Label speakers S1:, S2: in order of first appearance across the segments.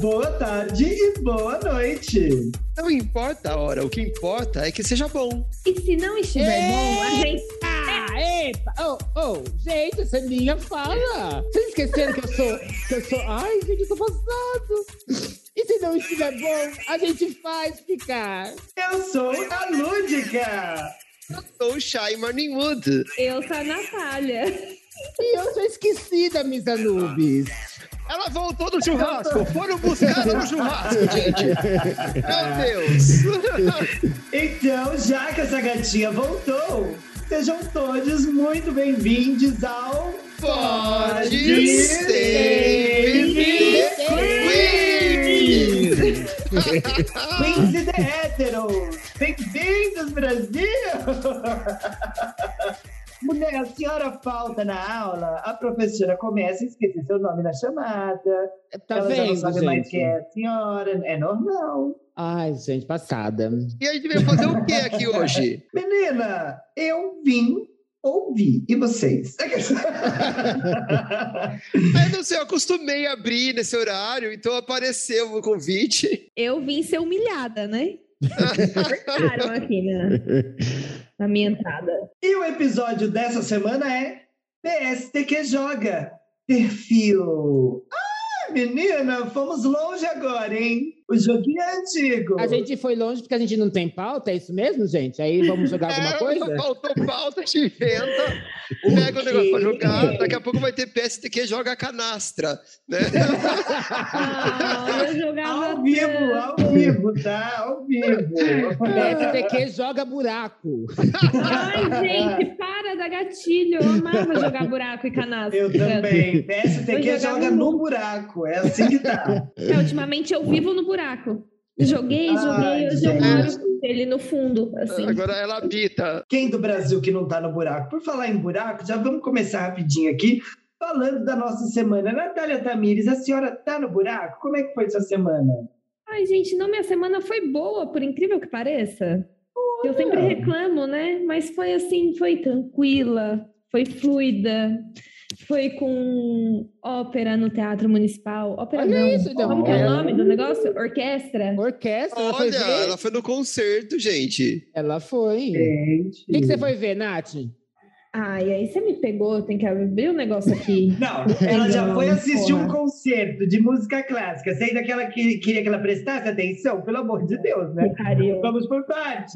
S1: boa tarde e boa noite.
S2: Não importa a hora, o que importa é que seja bom.
S3: E se não estiver bom, a gente.
S4: Ah, epa! Oh, oh, gente, essa minha fala! Vocês esqueceram que eu sou. Que eu sou. Ai, gente, eu tô passado! E se não estiver bom, a gente faz ficar.
S1: Eu sou a Lúdica.
S2: Sou o Shy Morningwood.
S3: Eu sou a Natália.
S4: E eu sou esquecida, Miss Anubis.
S2: Ela voltou do churrasco. Foram buscar ela no churrasco, gente. Meu Deus.
S1: Então, já que essa gatinha voltou, sejam todos muito bem-vindos ao
S2: Pode ser. Queen.
S1: Queens e The Héteros. Bem-vindos, Brasil! Mulher, a senhora falta na aula, a professora começa a esquecer seu nome na chamada.
S4: Tá
S1: Ela já não
S4: vendo,
S1: sabe mais quem
S4: gente?
S1: é a senhora, é normal.
S4: Ai, gente, passada.
S2: E a gente veio fazer o que aqui hoje?
S1: Menina, eu vim ouvir. E vocês?
S2: Aí, não sei, eu acostumei a abrir nesse horário, então apareceu o convite.
S3: Eu vim ser humilhada, né? Cortaram aqui na, na minha entrada.
S1: e o episódio dessa semana é PSTQ Joga. Perfil. Ah, menina, fomos longe agora, hein? O joguinho é antigo.
S4: A gente foi longe porque a gente não tem pauta, é isso mesmo, gente? Aí vamos jogar alguma
S2: É,
S4: coisa?
S2: Faltou pauta, te inventa. Pega o negócio pra jogar. Daqui a pouco vai ter PSTQ joga canastra. Né?
S3: Ah, eu jogava
S1: Ao vivo,
S3: tanto.
S1: ao vivo, tá? Ao vivo.
S4: É, PSTQ joga buraco.
S3: Ai, gente, para da gatilho. Eu amava jogar buraco e canastra.
S1: Eu
S4: é.
S1: também.
S3: Eu
S1: PSTQ
S3: jogava
S1: joga no buraco. É assim que tá.
S3: É, ultimamente eu vivo no buraco. Joguei,
S1: Ai,
S3: joguei, hoje eu
S1: Ah, gente.
S3: moro com ele no fundo, assim.
S2: Agora ela habita.
S1: Quem do Brasil que não tá no buraco? Por falar em buraco, já vamos começar rapidinho aqui. Falando da nossa semana. Natália Tamires, a senhora tá no buraco? Como é que foi sua semana?
S3: Ai, gente, não, minha semana foi boa, por incrível que pareça. Eu sempre reclamo, né? Mas foi assim, foi tranquila, foi fluida, foi com ópera no Teatro Municipal. Ópera
S4: Olha
S3: não.
S4: isso, então.
S3: Como que é o
S1: Olha.
S3: nome do negócio? Orquestra?
S4: Orquestra, ela foi
S2: Olha,
S4: ver.
S2: ela foi no concerto, gente.
S4: Ela foi.
S1: Gente.
S4: O que, que você foi ver, Nath?
S3: Ai, aí você me pegou, tem que abrir o negócio aqui.
S1: Não, ela já
S3: Não,
S1: foi assistir um
S3: porra.
S1: concerto de música clássica. Você ainda que ela que- queria que ela prestasse atenção? Pelo amor de Deus, né?
S3: que pariu.
S1: Vamos por partes.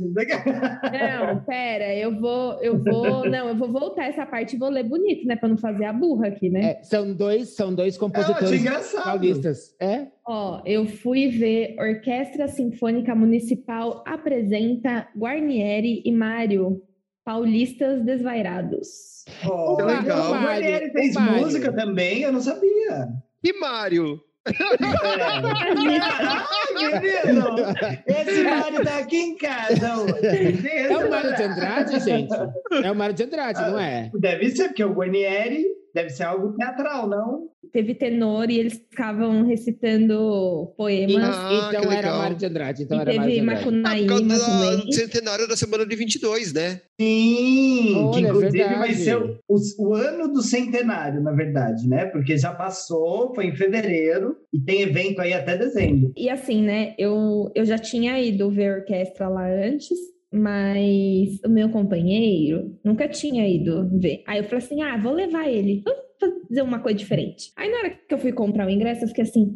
S3: Não, pera, eu vou, eu vou, não, eu vou voltar essa parte e vou ler bonito, né? Pra não fazer a burra aqui, né?
S4: É, são dois, são dois
S1: Eu achei
S4: compositores
S1: Ah, engraçado. Tá
S4: paulistas. É?
S3: Ó, eu fui ver Orquestra Sinfônica Municipal apresenta Guarnieri e Mário, paulistas desvairados.
S1: Oh,
S2: Que
S4: Então,
S2: legal.
S1: O Guarnieri fez
S4: O Tá, é Mário.
S1: música também, eu não sabia.
S2: E Mário?
S1: Caralho, menino! Esse Mário tá aqui em casa. hoje.
S4: É o Mário de Andrade, gente? É o Mário de Andrade, não
S2: Ah,
S4: é?
S1: Deve ser, porque o Guarnieri deve ser algo teatral, não?
S3: Teve tenor e eles ficavam recitando poemas.
S2: Ah, que
S4: então era
S2: legal.
S4: Mário de Andrade. Então
S3: e
S4: era Mário de
S3: teve
S4: Andrade.
S2: Ah,
S3: Macunaíma
S2: por causa da-
S3: também.
S2: do centenário da semana de 22, né?
S1: Sim, que
S4: Olha, é
S1: inclusive
S4: verdade.
S1: vai ser o, o- o ano do centenário, na verdade, né? Porque já passou, foi em fevereiro, e tem evento aí até dezembro.
S3: E assim, né? Eu, eu já tinha ido ver a orquestra lá antes, mas o meu companheiro nunca tinha ido ver. Aí eu falei assim: ah, vou levar ele, vamos fazer uma coisa diferente. Aí na hora que eu fui comprar o ingresso, eu fiquei assim: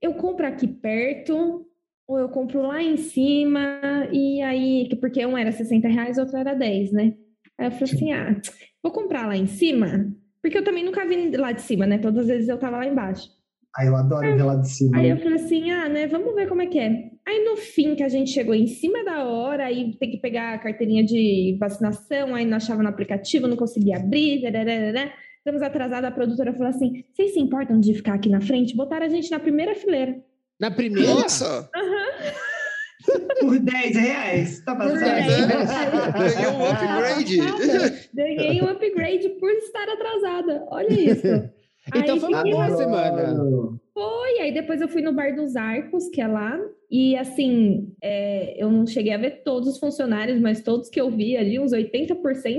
S3: eu compro aqui perto. Ou eu compro lá em cima, e aí, porque um era 60 reais, outro era 10, né? Aí eu falei assim: ah, vou comprar lá em cima, porque eu também nunca vi lá de cima, né? Todas as vezes eu tava lá embaixo.
S1: Aí eu adoro ver lá de cima.
S4: Uhum.
S3: Aí eu falei assim, ah, né, vamos ver como é que é. Aí no fim, que a gente chegou em cima da hora, aí tem que pegar a carteirinha de vacinação, aí não achava no aplicativo, não conseguia abrir, né? Estamos atrasados, a produtora falou assim, vocês se importam de ficar aqui na frente? Botaram a gente na primeira fileira.
S4: Na primeira?
S2: Nossa!
S1: Por 10 reais, tá
S3: Por
S1: passando?
S3: 10.
S2: Ganhou um
S3: "Ah,
S2: upgrade.
S3: tá, Ganhei um upgrade por estar atrasada, olha isso.
S4: Então foi uma
S3: fiquei
S4: boa
S3: lá-
S4: semana.
S3: Foi, aí depois eu fui no Bar dos Arcos, que é lá, e assim, é, eu não cheguei a ver todos os funcionários, mas todos que eu vi ali, uns 80%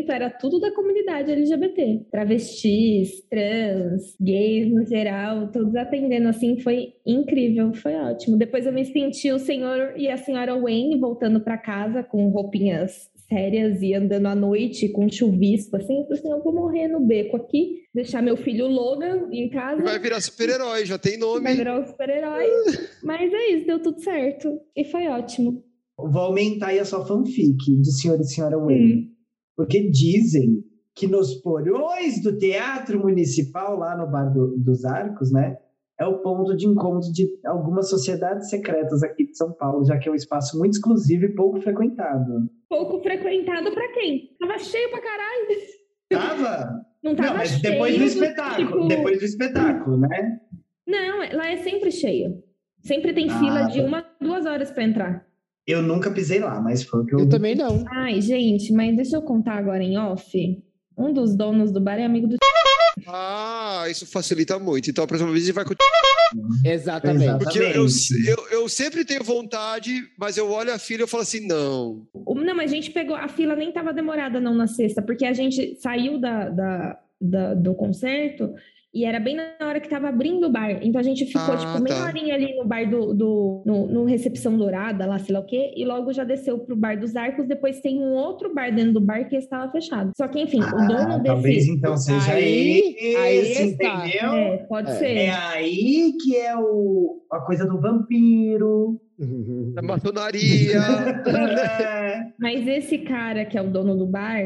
S3: era tudo da comunidade LGBT. Travestis, trans, gays no geral, todos atendendo assim, foi incrível, foi ótimo. Depois eu me senti o senhor e a senhora Wayne voltando para casa com roupinhas sérias e andando à noite com chuvisco, assim, eu falei assim, eu vou morrer no beco aqui, deixar meu filho Logan em casa.
S2: Vai virar super-herói, já tem nome.
S3: Vai virar um super-herói. Mas é isso, deu tudo certo. E foi ótimo.
S1: Vou aumentar aí a sua fanfic de Senhor e Senhora Wayne. Hum. Porque dizem que nos porões do Teatro Municipal, lá no Bar do, dos Arcos, né? É o ponto de encontro de algumas sociedades secretas aqui de São Paulo, já que é um espaço muito exclusivo e pouco frequentado.
S3: Pouco frequentado para quem? Tava cheio pra caralho.
S1: Tava?
S3: Não tava
S1: Não, mas
S3: cheio.
S1: depois do espetáculo,
S3: tipo-
S1: depois do espetáculo, né?
S3: Não, é- lá é sempre cheio. Sempre tem fila
S1: Ah,
S3: de
S1: tá.
S3: uma, duas horas pra entrar.
S1: Eu nunca pisei lá, mas foi o que eu...
S4: Eu também não.
S3: Ai, gente, mas deixa eu contar agora em off. Um dos donos do bar é amigo do.
S2: Ah, isso facilita muito. Então, a próxima vez a gente vai continuar.
S4: Exatamente.
S1: Exato.
S2: Porque eu,
S1: Exatamente.
S2: eu, eu sempre tenho vontade, mas eu olho a filha e falo assim: não.
S3: O- Não, mas a gente pegou. A fila nem tava demorada, não, na sexta, porque a gente saiu da, da- da- do concerto e era bem na hora que tava abrindo o bar. Então a gente ficou,
S2: Ah,
S3: tipo, meia
S2: tá.
S3: horinha ali no bar do. do no, no Recepção Dourada, lá, sei lá o quê, e logo já desceu pro bar dos arcos. Depois tem um outro bar dentro do bar que estava fechado. Só que, enfim, o dono
S1: Ah,
S3: desse.
S1: talvez então seja
S4: Aí-
S1: esse,
S4: aí está.
S1: entendeu?
S3: É, pode
S4: É.
S3: ser.
S1: É aí que é o, a coisa do vampiro.
S2: Da maçonaria.
S1: É.
S3: Mas esse cara que é o dono do bar,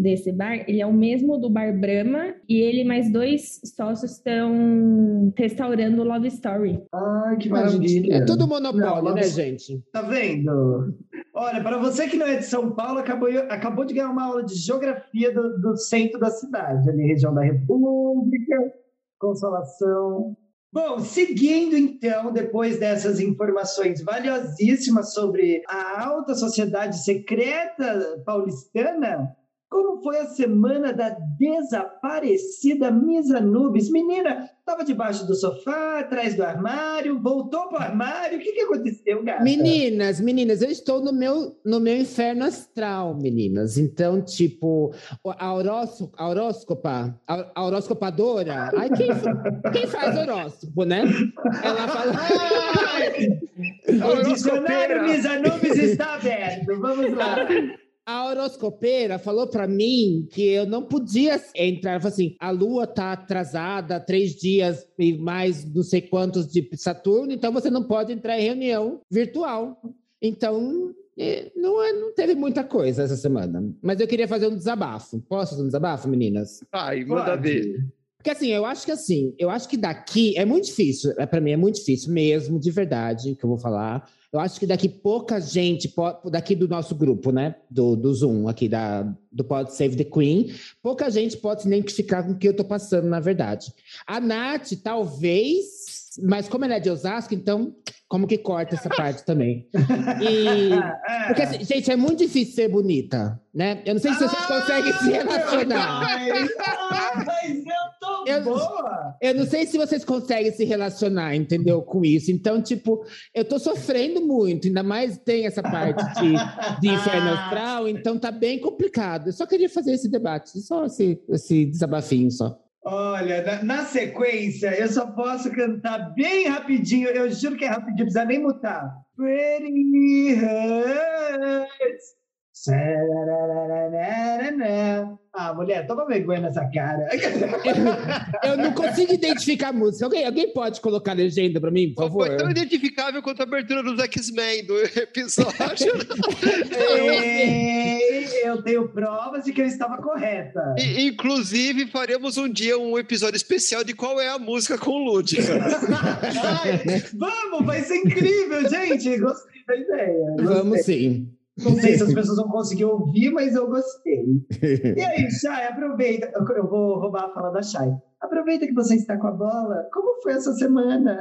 S3: desse bar, ele é o mesmo do Bar Brahma e ele e mais dois sócios estão restaurando o Love Story.
S1: Ai, que maravilha.
S4: É tudo
S1: Não,
S4: monopólio,
S1: não-
S4: né, gente?
S1: Tá vendo? Olha, para você que não é de São Paulo, acabou, acabou de ganhar uma aula de geografia do, do centro da cidade, ali, região da República, Consolação. Bom, seguindo então, depois dessas informações valiosíssimas sobre a alta sociedade secreta paulistana, como foi a semana da desaparecida Misa Nubes? Menina, estava debaixo do sofá, atrás do armário, voltou pro armário. O que, que aconteceu, gata?
S4: É. Meninas, meninas, eu estou no meu, no meu inferno astral, meninas. Então, tipo, a, horósco, a horóscopa, a, a horoscopadora, ai, quem, quem faz horóscopo, né? Ela fala.
S1: Ai, o dicionário
S2: Horoscopeira.
S1: Misa Nubes está aberto. Vamos lá.
S4: A horoscopeira falou pra mim que eu não podia entrar. Ela falou assim: a lua tá atrasada, três dias e mais não sei quantos de Saturno, então você não pode entrar em reunião virtual. Então, eh, não, é- não teve muita coisa essa semana. Mas eu queria fazer um desabafo. Posso fazer um desabafo, meninas?
S2: Ai, manda ver.
S4: Porque assim, eu acho que assim, eu acho que daqui é muito difícil, é, para mim é muito difícil mesmo, de verdade, que eu vou falar. Eu acho que daqui pouca gente, po- daqui do nosso grupo, né, do, do Zoom, aqui da, do Pod Save the Queen, pouca gente pode se identificar com o que eu tô passando, na verdade. A Nath, talvez, mas como ela é de Osasco, então como que corta essa parte também? E,
S1: Ah,
S4: porque, assim, gente, é muito difícil ser bonita, né? Eu não sei se vocês
S1: Ah,
S4: conseguem se relacionar.
S1: Ai, ai, Ah, mas eu tô
S4: Eu-
S1: boa.
S4: Eu não sei se vocês conseguem se relacionar, entendeu, com isso. Então, tipo, eu tô sofrendo muito, ainda mais tem essa parte de, de inferno
S2: Ah.
S4: astral, então tá bem complicado. Eu só queria fazer esse debate, só esse, esse desabafinho só.
S1: Olha, na, na sequência, eu só posso cantar bem rapidinho. Eu juro que é rapidinho, não precisa nem mutar. Pretty hurts. Sarararararará. Ah, mulher, toma vergonha nessa cara.
S4: É Eu não consigo identificar a música. Alguém, alguém pode colocar a legenda pra mim, por favor?
S2: Foi tão identificável quanto a abertura dos X-Men do episódio. né?
S1: Ei, eu tenho provas de que eu estava correta.
S2: E, inclusive, faremos um dia um episódio especial de qual é a música com Lúdica.
S1: Ai, vamos, vai ser incrível, gente. Gostei da ideia. gostei.
S4: Vamos sim.
S1: Não sei se as pessoas vão conseguir ouvir, mas eu gostei. E aí, Chay, aproveita. Eu eu vou roubar a fala da Chay. Aproveita que você está com a bola. Como foi essa semana?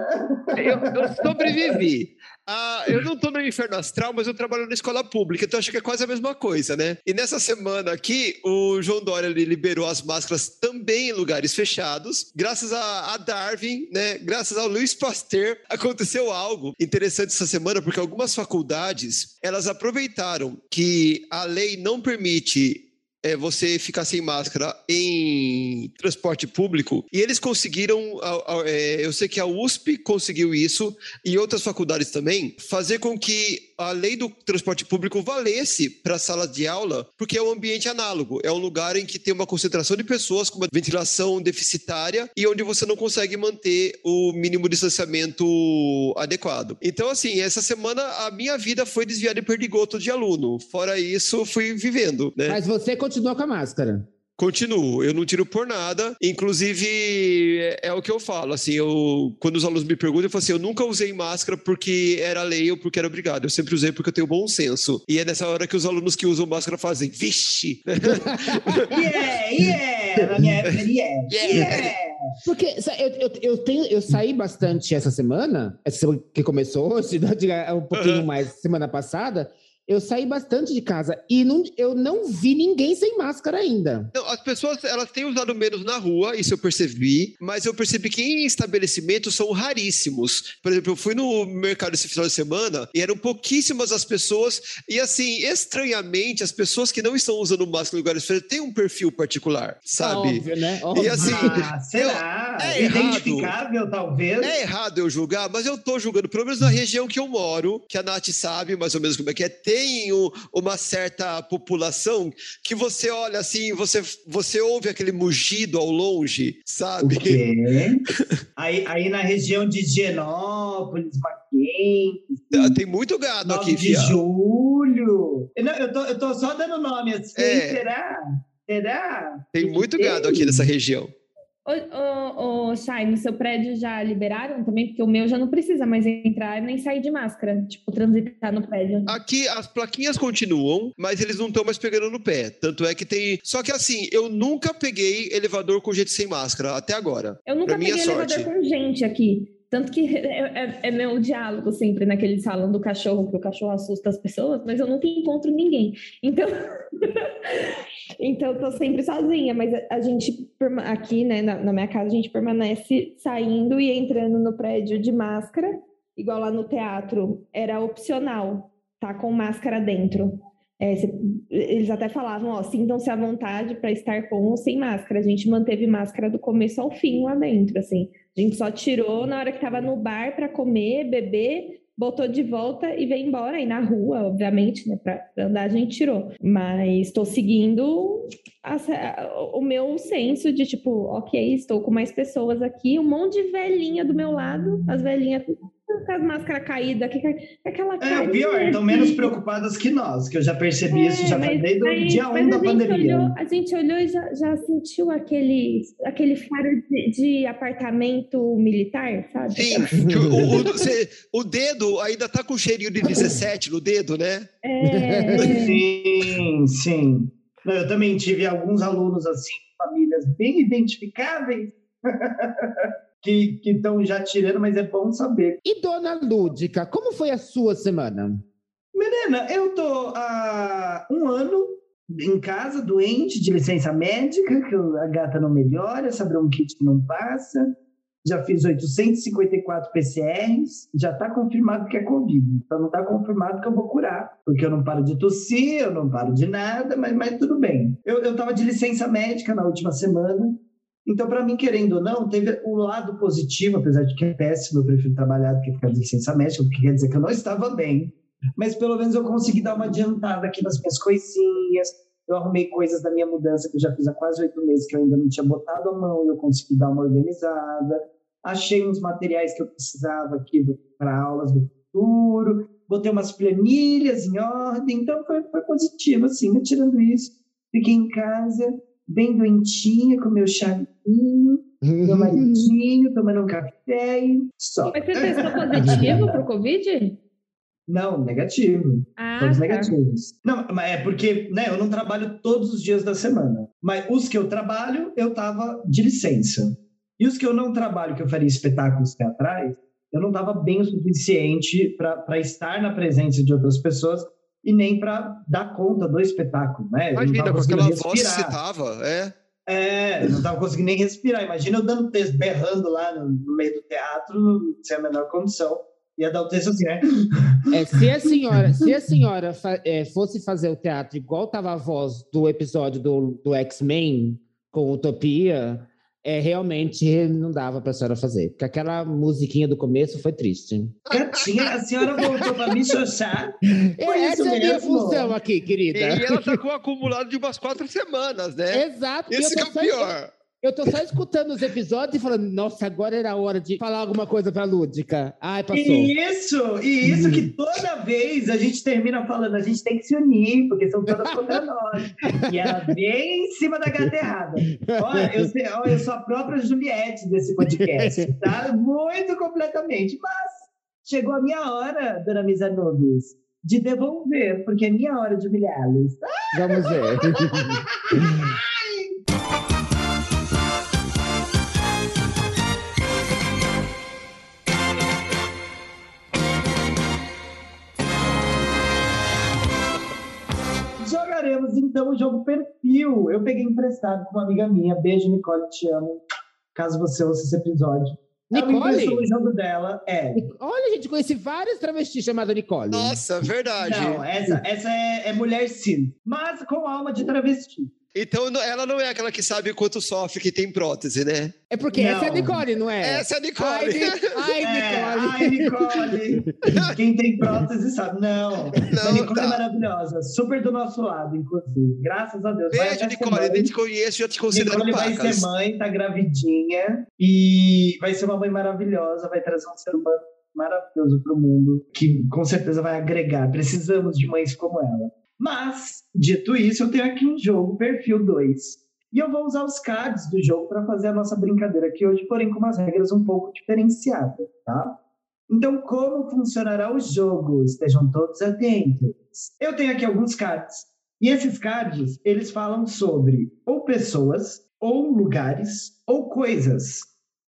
S2: Eu, eu sobrevivi. Ah, eu não estou no inferno astral, mas eu trabalho na escola pública, então acho que é quase a mesma coisa, né? E nessa semana aqui, o João Dória ele liberou as máscaras também em lugares fechados. Graças a, a Darwin, né? Graças ao Luiz Pasteur, aconteceu algo interessante essa semana, porque algumas faculdades elas aproveitaram que a lei não permite é, você ficar sem máscara em transporte público. E eles conseguiram, a- a- é, eu sei que a USP conseguiu isso e outras faculdades também, fazer com que a lei do transporte público valesse para sala de aula, porque é um ambiente análogo, é um lugar em que tem uma concentração de pessoas com uma ventilação deficitária e onde você não consegue manter o mínimo distanciamento adequado. Então, assim, essa semana a minha vida foi desviada em perdigoto de aluno. Fora isso, fui vivendo, né?
S4: Mas você continua com a máscara.
S2: Continuo, eu não tiro por nada. Inclusive, é, é o que eu falo. Assim, eu, quando os alunos me perguntam, eu falo assim: eu nunca usei máscara porque era lei ou porque era obrigado. Eu sempre usei porque eu tenho bom senso. E é nessa hora que os alunos que usam máscara fazem, vixe!
S1: Yeah, yeah! Na minha época, yeah.
S2: Yeah.
S1: Yeah!
S4: Porque sa- eu, eu, eu, tenho, eu saí bastante essa semana, essa semana que começou hoje, né, diga, um pouquinho
S2: Aham.
S4: mais semana passada. Eu saí bastante de casa e não, eu não vi ninguém sem máscara ainda.
S2: Não, as pessoas elas têm usado menos na rua, isso eu percebi, mas eu percebi que em estabelecimentos são raríssimos. Por exemplo, eu fui no mercado esse final de semana e eram pouquíssimas as pessoas, e assim, estranhamente, as pessoas que não estão usando máscara em lugares fechados têm um perfil particular, sabe?
S4: Óbvio, né?
S2: E
S4: Óbvio.
S2: assim,
S1: Ah, será?
S2: é errado.
S1: Identificável, talvez.
S2: É errado eu julgar, mas eu tô julgando, pelo menos na região que eu moro, que a Nath sabe mais ou menos como é que é, tem um- uma certa população que você olha assim, você, você ouve aquele mugido ao longe,
S1: O
S2: sabe?
S1: quê? aí, aí na região de Genópolis, Maquin,
S2: Ah, Tem muito gado
S1: 9
S2: aqui,
S1: de
S2: viado.
S1: julho. Não, eu, tô, eu tô só dando nome assim.
S2: É.
S1: Será? Será?
S2: Tem muito gado aqui nessa região.
S3: Ô, ô, ô, Chay, no seu prédio já liberaram também? Porque o meu já não precisa mais entrar nem sair de máscara. Tipo, transitar no prédio.
S2: Aqui as plaquinhas continuam, mas eles não estão mais pegando no pé. Tanto é que tem. Só que assim, eu nunca peguei elevador com gente sem máscara, até agora.
S3: Eu nunca
S2: pra minha
S3: peguei elevador
S2: sorte.
S3: com gente aqui. Tanto que é, é- é meu diálogo sempre naquele salão do cachorro, que o cachorro assusta as pessoas, mas eu nunca encontro ninguém. Então, então eu tô sempre sozinha, mas a, a gente perma- aqui, né, na, na minha casa, a gente permanece saindo e entrando no prédio de máscara, igual lá no teatro, era opcional, tá com máscara dentro. É, cê- eles até falavam, ó, sintam-se à vontade para estar com ou sem máscara. A gente manteve máscara do começo ao fim lá dentro, assim. A gente só tirou na hora que tava no bar para comer, beber, botou de volta e veio embora. E na rua, obviamente, né, para andar a gente tirou. Mas estou seguindo as- a- o meu senso de tipo, ok, estou com mais pessoas aqui, um monte de velhinha do meu lado, as velhinhas tudo com as máscaras caídas, aqui, com aquela
S1: É,
S3: carinha
S1: o pior, estão menos
S3: assim.
S1: preocupadas que nós, que eu já percebi isso, já
S3: É, mas-
S1: desde o
S3: mas-
S1: dia 1
S3: mas
S1: da
S3: a gente
S1: pandemia. né?
S3: Olhou, a gente olhou e já, já sentiu aquele, aquele faro de, de apartamento militar, sabe?
S2: Sim, que o, o- o- cê- o dedo ainda tá com cheirinho de 17 no dedo, né?
S3: É, é.
S1: Sim, sim. Não, eu também tive alguns alunos assim, famílias bem identificáveis, que estão já tirando, mas é bom saber.
S4: E dona Lúdica, como foi a sua semana?
S1: Menina, eu tô há um ano em casa, doente, de licença médica, que eu- a gata não melhora, essa bronquite não passa. Já fiz 854 PCRs, já tá confirmado que é Covid. Então não tá confirmado que eu vou curar, porque eu não paro de tossir, eu não paro de nada, mas, mas tudo bem. Eu, eu tava de licença médica na última semana, então para mim, querendo ou não, teve o lado positivo, apesar de que é péssimo, eu prefiro trabalhar do que ficar de licença médica, o que quer dizer que eu não estava bem mas pelo menos eu consegui dar uma adiantada aqui nas minhas coisinhas. Eu arrumei coisas da minha mudança que eu já fiz há quase oito meses que eu ainda não tinha botado a mão e eu consegui dar uma organizada. Achei uns materiais que eu precisava aqui para aulas do futuro. Botei umas planilhas em ordem, então foi, foi positivo, assim, mas tirando isso. Fiquei em casa, bem doentinha, com meu chavinho,
S4: Uhum.
S1: meu maridinho, tomando um café e só.
S3: Mas você testou positivo pro Covid?
S1: Não, negativo.
S3: Ah,
S1: Todos
S3: tá.
S1: negativos. Não, mas é porque, né, eu não trabalho todos os dias da semana. Mas os que eu trabalho, eu tava de licença. E os que eu não trabalho, que eu faria espetáculos teatrais, eu não dava bem o suficiente para estar na presença de outras pessoas e nem para dar conta do espetáculo, né? Eu não
S2: Imagina,
S1: tava
S2: com
S1: conseguindo
S2: aquela voz que
S1: respirar.
S2: você tava. É.
S1: É, eu não tava conseguindo nem respirar. Imagina eu dando texto, berrando lá no, no meio do teatro, sem a menor condição. Ia dar o texto assim, né?
S4: É, se a senhora, se a senhora fa- é, fosse fazer o teatro igual tava a voz do episódio do, do X-Men com Utopia, é, realmente não dava pra senhora fazer. Porque aquela musiquinha do começo foi triste.
S1: Gatinha, a senhora voltou para me xoxar. Foi
S4: É,
S1: isso
S4: Essa é a minha
S1: mesmo.
S4: função aqui,
S2: E
S4: querida.
S1: É.
S2: ela tá com um acumulado de umas quatro semanas, né?
S4: Exato. porque
S2: Esse
S4: eu
S2: que
S4: tô
S2: é o
S4: só-
S2: pior.
S4: Eu tô só escutando os episódios e falando, nossa, agora era a hora de falar alguma coisa pra Lúdica. Ai, passou. Uhum.
S1: E isso, e isso que toda vez a gente termina falando, a gente tem que se unir, porque são todas contra nós. E ela bem em cima da gata errada. Olha, eu, sei- olha, eu sou a própria Juliette desse podcast, tá? Muito completamente. Mas chegou a minha hora, dona Misa Nunes, de devolver, porque é minha hora de humilhá-los.
S4: Vamos ver.
S1: Jogaremos então o jogo perfil. Eu peguei emprestado com uma amiga minha. Beijo, Nicole, te amo. Caso você ouça esse episódio. Ela me
S4: Nicole?
S1: emprestou o jogo dela. É.
S4: Olha, gente, conheci várias travestis chamadas Nicole.
S2: Nossa, verdade.
S1: Não, essa, essa é, é mulher sim. Mas com alma de travesti.
S2: Então não- ela não é aquela que sabe quanto sofre que tem prótese, né?
S4: É porque
S1: Não.
S4: essa é a Nicole, não é?
S2: Essa é a
S4: Ai,
S2: Nicole.
S4: Ni- ai,
S1: É,
S4: Nicole.
S1: ai, Nicole. Quem tem prótese sabe. Não. a Nicole
S2: tá.
S1: é maravilhosa. Super do nosso lado, inclusive. Graças a Deus. Vai
S2: Beijo,
S1: essa
S2: Nicole.
S1: semana.
S2: Nem te conheço, já te considero
S1: Nicole vai
S2: pacas.
S1: ser mãe, tá gravidinha e vai ser uma mãe maravilhosa, vai trazer um ser humano maravilhoso pro mundo, que com certeza vai agregar. Precisamos de mães como ela. Mas, dito isso, eu tenho aqui um jogo, perfil 2. E eu vou usar os cards do jogo para fazer a nossa brincadeira aqui hoje, porém com umas regras um pouco diferenciadas, tá? Então, como funcionará o jogo? Estejam todos atentos. Eu tenho aqui alguns cards e esses cards, eles falam sobre ou pessoas, ou lugares, ou coisas.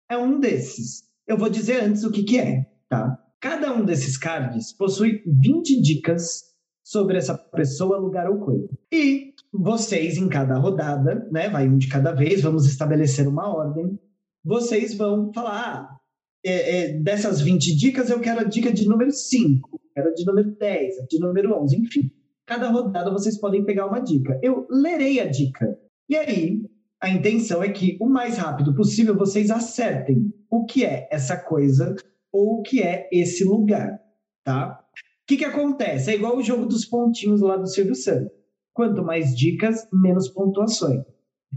S1: É um desses. Eu vou dizer antes o que, que é, tá? Cada um desses cards possui 20 dicas sobre essa pessoa, lugar ou coisa. E vocês, em cada rodada, né? Vai um de cada vez, vamos estabelecer uma ordem. Vocês vão falar: ah, é, é, dessas 20 dicas, eu quero a dica de número 5, quero a de número 10, a de número 11, enfim cada rodada vocês podem pegar uma dica. Eu lerei a dica. E aí, a intenção é que o mais rápido possível vocês acertem o que é essa coisa ou o que é esse lugar, tá? O que, que acontece? É igual o jogo dos pontinhos lá do Silvio Santos. Quanto mais dicas, menos pontuações.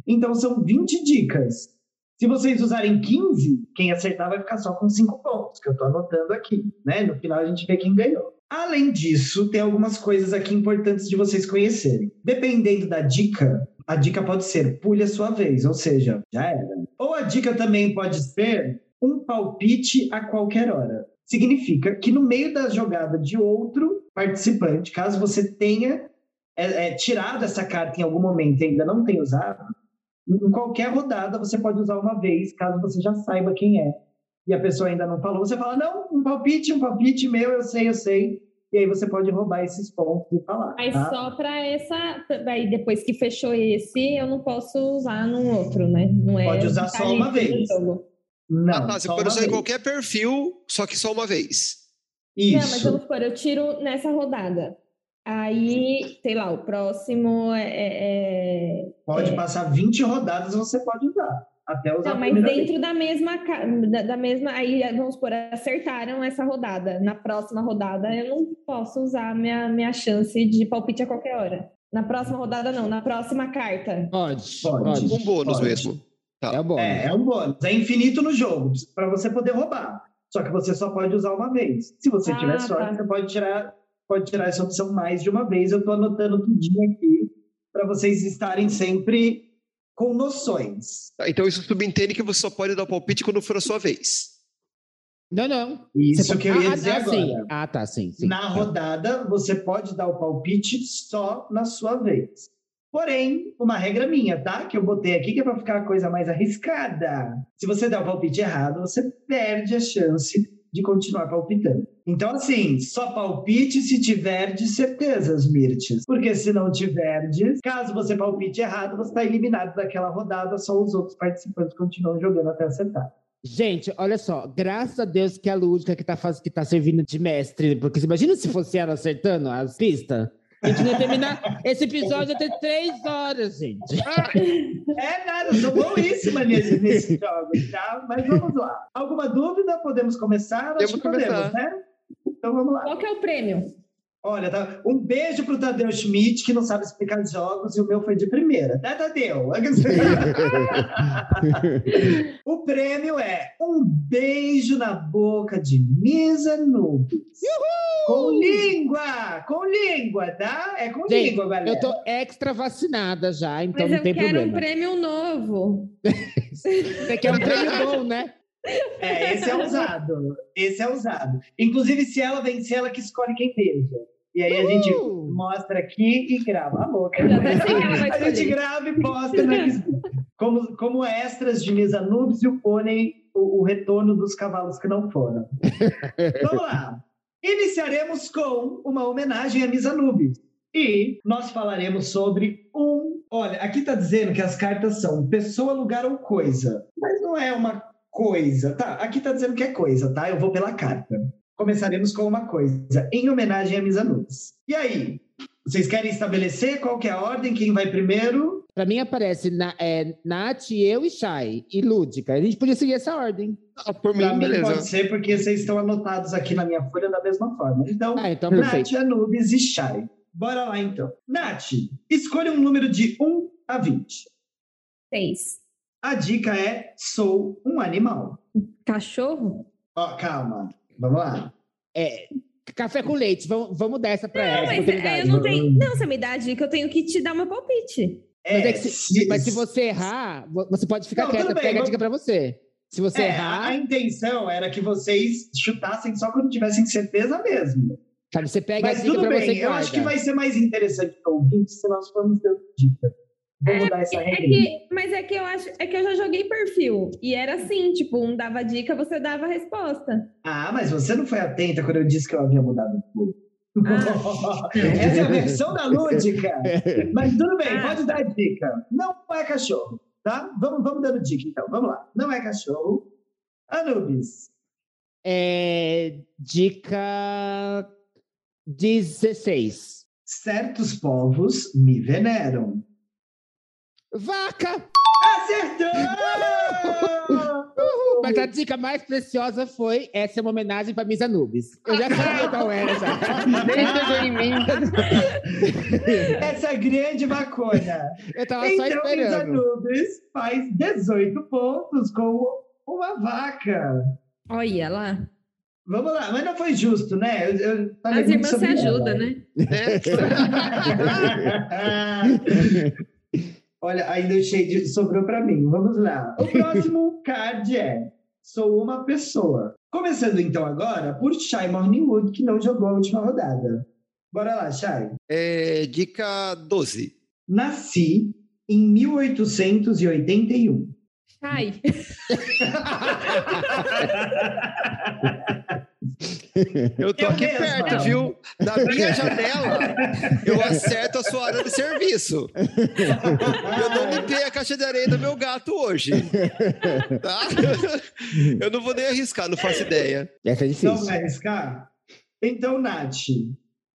S1: Então são 20 dicas. Se vocês usarem 15, quem acertar vai ficar só com 5 pontos, que eu tô anotando aqui, né? No final a gente vê quem ganhou. Além disso, tem algumas coisas aqui importantes de vocês conhecerem. Dependendo da dica, a dica pode ser pulha sua vez, ou seja, já era. Ou a dica também pode ser um palpite a qualquer hora. Significa que no meio da jogada de outro participante, caso você tenha é, é, tirado essa carta em algum momento e ainda não tenha usado, em qualquer rodada você pode usar uma vez, caso você já saiba quem é e a pessoa ainda não falou, você fala, não, um palpite, um palpite meu, eu sei, eu sei. E aí você pode roubar esses pontos e falar.
S3: Mas
S1: tá?
S3: só para essa. Aí depois que fechou esse, eu não posso usar num outro, né? Não é
S1: Pode usar só
S3: tá
S1: uma
S3: dentro do
S1: vez.
S3: jogo.
S1: Não,
S2: ah, tá. Você
S1: só
S2: pode
S1: uma
S2: usar em
S1: vez.
S2: qualquer perfil, só que só uma vez.
S3: Não, mas
S1: Isso.
S3: vamos supor, eu tiro nessa rodada. Aí, sei lá, o próximo é- é. é-
S1: Pode passar 20 rodadas, você pode usar. Até usar
S3: Não,
S1: a
S3: Então, mas é
S1: primeira vez.
S3: dentro da mesma. ca- Da, da mesma. Aí, vamos supor, acertaram essa rodada. Na próxima rodada, eu não posso usar minha, minha chance de palpite a qualquer hora. Na próxima rodada, não. Na próxima carta.
S4: Pode,
S1: Pode.
S4: pode.
S2: Um bônus
S1: Pode.
S2: mesmo.
S4: É bom.
S1: É, é um bônus. É infinito no jogo, para você poder roubar. Só que você só pode usar uma vez. Se você
S3: Ah,
S1: tiver sorte,
S3: tá.
S1: você pode tirar, pode tirar essa opção mais de uma vez. Eu estou anotando tudinho aqui para vocês estarem sempre com noções.
S2: Tá, Então isso subentende que você só pode dar o palpite quando for a sua vez.
S4: Não, não.
S1: Isso que eu ia
S4: ah,
S1: dizer
S4: ah,
S1: agora.
S4: Sim. Ah, tá, sim. sim.
S1: Na rodada, você pode dar o palpite só na sua vez. Porém, uma regra minha, tá? Que eu botei aqui que é pra ficar a coisa mais arriscada. Se você der o palpite errado, você perde a chance de continuar palpitando. Então, assim, só palpite se tiver de certezas, Mirtes. Porque se não tiver de, caso você palpite errado, você está eliminado daquela rodada, só os outros participantes continuam jogando até acertar.
S4: Gente, olha só, graças a Deus que é a Lúdica que tá, faz, que tá servindo de mestre, porque imagina se fosse ela acertando as pistas. A gente não ia terminar esse episódio até três horas, gente.
S2: Ah,
S1: É nada, sou boíssima nesse, nesse jogo, tá? Mas vamos lá. Alguma dúvida? Podemos começar? Acho
S2: Temos
S1: que
S2: que começar.
S1: podemos, né? Então vamos lá.
S3: Qual que é o prêmio?
S1: Olha, tá- um beijo pro Tadeu Schmidt, que não sabe explicar jogos, e o meu foi de primeira. Tá, Tadeu? o prêmio é um beijo na boca de Misa Nubes. Com língua! Com língua, tá? É com
S4: Gente,
S1: língua, galera.
S4: Eu tô extra vacinada já, então
S3: Mas
S4: não
S3: eu
S4: tem
S3: quero um
S4: problema.
S3: prêmio novo.
S4: Você quer um prêmio bom, né?
S1: É, esse é usado. Esse é usado. Inclusive, se ela vencer, ela que escolhe quem beija. E aí a gente
S4: Uh!
S1: mostra aqui e grava. Alô, cara.
S3: Já tá sem ela,
S1: A
S3: vai
S1: gente
S3: escolher.
S1: grava e posta na como, como extras de Misa Nubes e o pônei, o, o retorno dos cavalos que não foram. Vamos lá. Iniciaremos com uma homenagem a Misa Nubes. E nós falaremos sobre um. Olha, aqui tá dizendo que as cartas são pessoa, lugar ou coisa. Mas não é uma coisa, tá? Aqui tá dizendo que é coisa, tá? Eu vou pela carta. Começaremos com uma coisa, em homenagem a Misa Nubes. E aí? Vocês querem estabelecer qual que é a ordem? Quem vai primeiro?
S4: Pra mim aparece na, é, Nath, eu e Shai. E Lúdica. A gente podia seguir essa ordem.
S2: Ah,
S1: Pra
S2: por mim,
S1: mim pode
S2: beleza.
S1: ser porque vocês estão anotados aqui na minha folha da mesma forma. Então,
S4: Ah, então perfeito.
S1: Nath, Anubis e Shai. Bora lá então. Nath, escolha um número de 1 a 20.
S3: Seis.
S1: A dica é: sou um animal.
S3: Cachorro?
S1: Ó, calma. Vamos lá.
S4: É, café com leite. Vamos, vamos dar essa pra ela.
S3: Não,
S4: essa
S3: mas é, eu
S4: oportunidade.
S3: não tenho. Não, você me dá a dica, eu tenho que te dar meu palpite.
S4: Mas é que se-
S1: se,
S4: Mas se você errar, vo- você pode ficar
S1: Não,
S4: quieta,
S1: tudo
S4: porque
S1: bem,
S4: pega a
S1: vamos-
S4: dica pra você. Se você
S1: é, a, a
S4: errar,
S1: intenção era que vocês chutassem só quando tivessem certeza mesmo.
S4: sabe, você pega a
S1: Mas
S4: dica
S1: tudo
S4: pra você é
S1: bem,
S4: e
S1: eu acho que
S4: guarda.
S1: vai ser mais interessante para o ouvinte se nós formos dando dica. Vou mudar essa
S3: É
S1: regra.
S3: que, mas é que eu acho, é que eu já joguei perfil. E era assim, tipo, um dava dica, você dava a resposta.
S1: Ah, mas você não foi atenta quando eu disse que eu havia mudado o clube.
S3: Ah.
S1: Essa é a versão da lúdica. Mas tudo bem,
S3: Ah.
S1: pode dar dica. Não é cachorro, tá? Vamos, vamos dando dica então. Vamos lá. Não é cachorro. Anubis.
S4: É, dica 16.
S1: Certos povos me veneram.
S4: Vaca!
S1: Acertou!
S4: Mas a dica mais preciosa foi essa é uma homenagem pra Misa Nubes. Eu já sabia qual era essa.
S5: Nem chegou em mim.
S1: Essa é grande bacana.
S4: Eu tava só
S1: Então, Miss
S4: esperando.
S1: Anubis faz 18 pontos com uma vaca.
S3: Olha lá.
S1: Vamos lá, mas não foi justo, né? Eu, eu falei
S3: As
S1: muito
S3: irmãs se
S1: sobre ela.
S3: ajudam, né?
S1: Olha, ainda o shade sobrou para mim. Vamos lá. O próximo card é Sou uma pessoa. Começando então agora por Shai Morningwood, que não jogou a última rodada. Bora lá, Shai.
S2: É, dica 12.
S1: Nasci em 1881.
S3: Ai,
S2: Eu tô
S1: Eu
S2: aqui
S1: mesma.
S2: perto, viu? Na minha janela, eu acerto a sua área de serviço. Eu não limpei a caixa de areia do meu gato hoje. Tá? Eu não vou nem arriscar, não faço ideia.
S4: Essa é
S1: Não
S4: difícil.
S1: Então, vai arriscar? Então, Nath,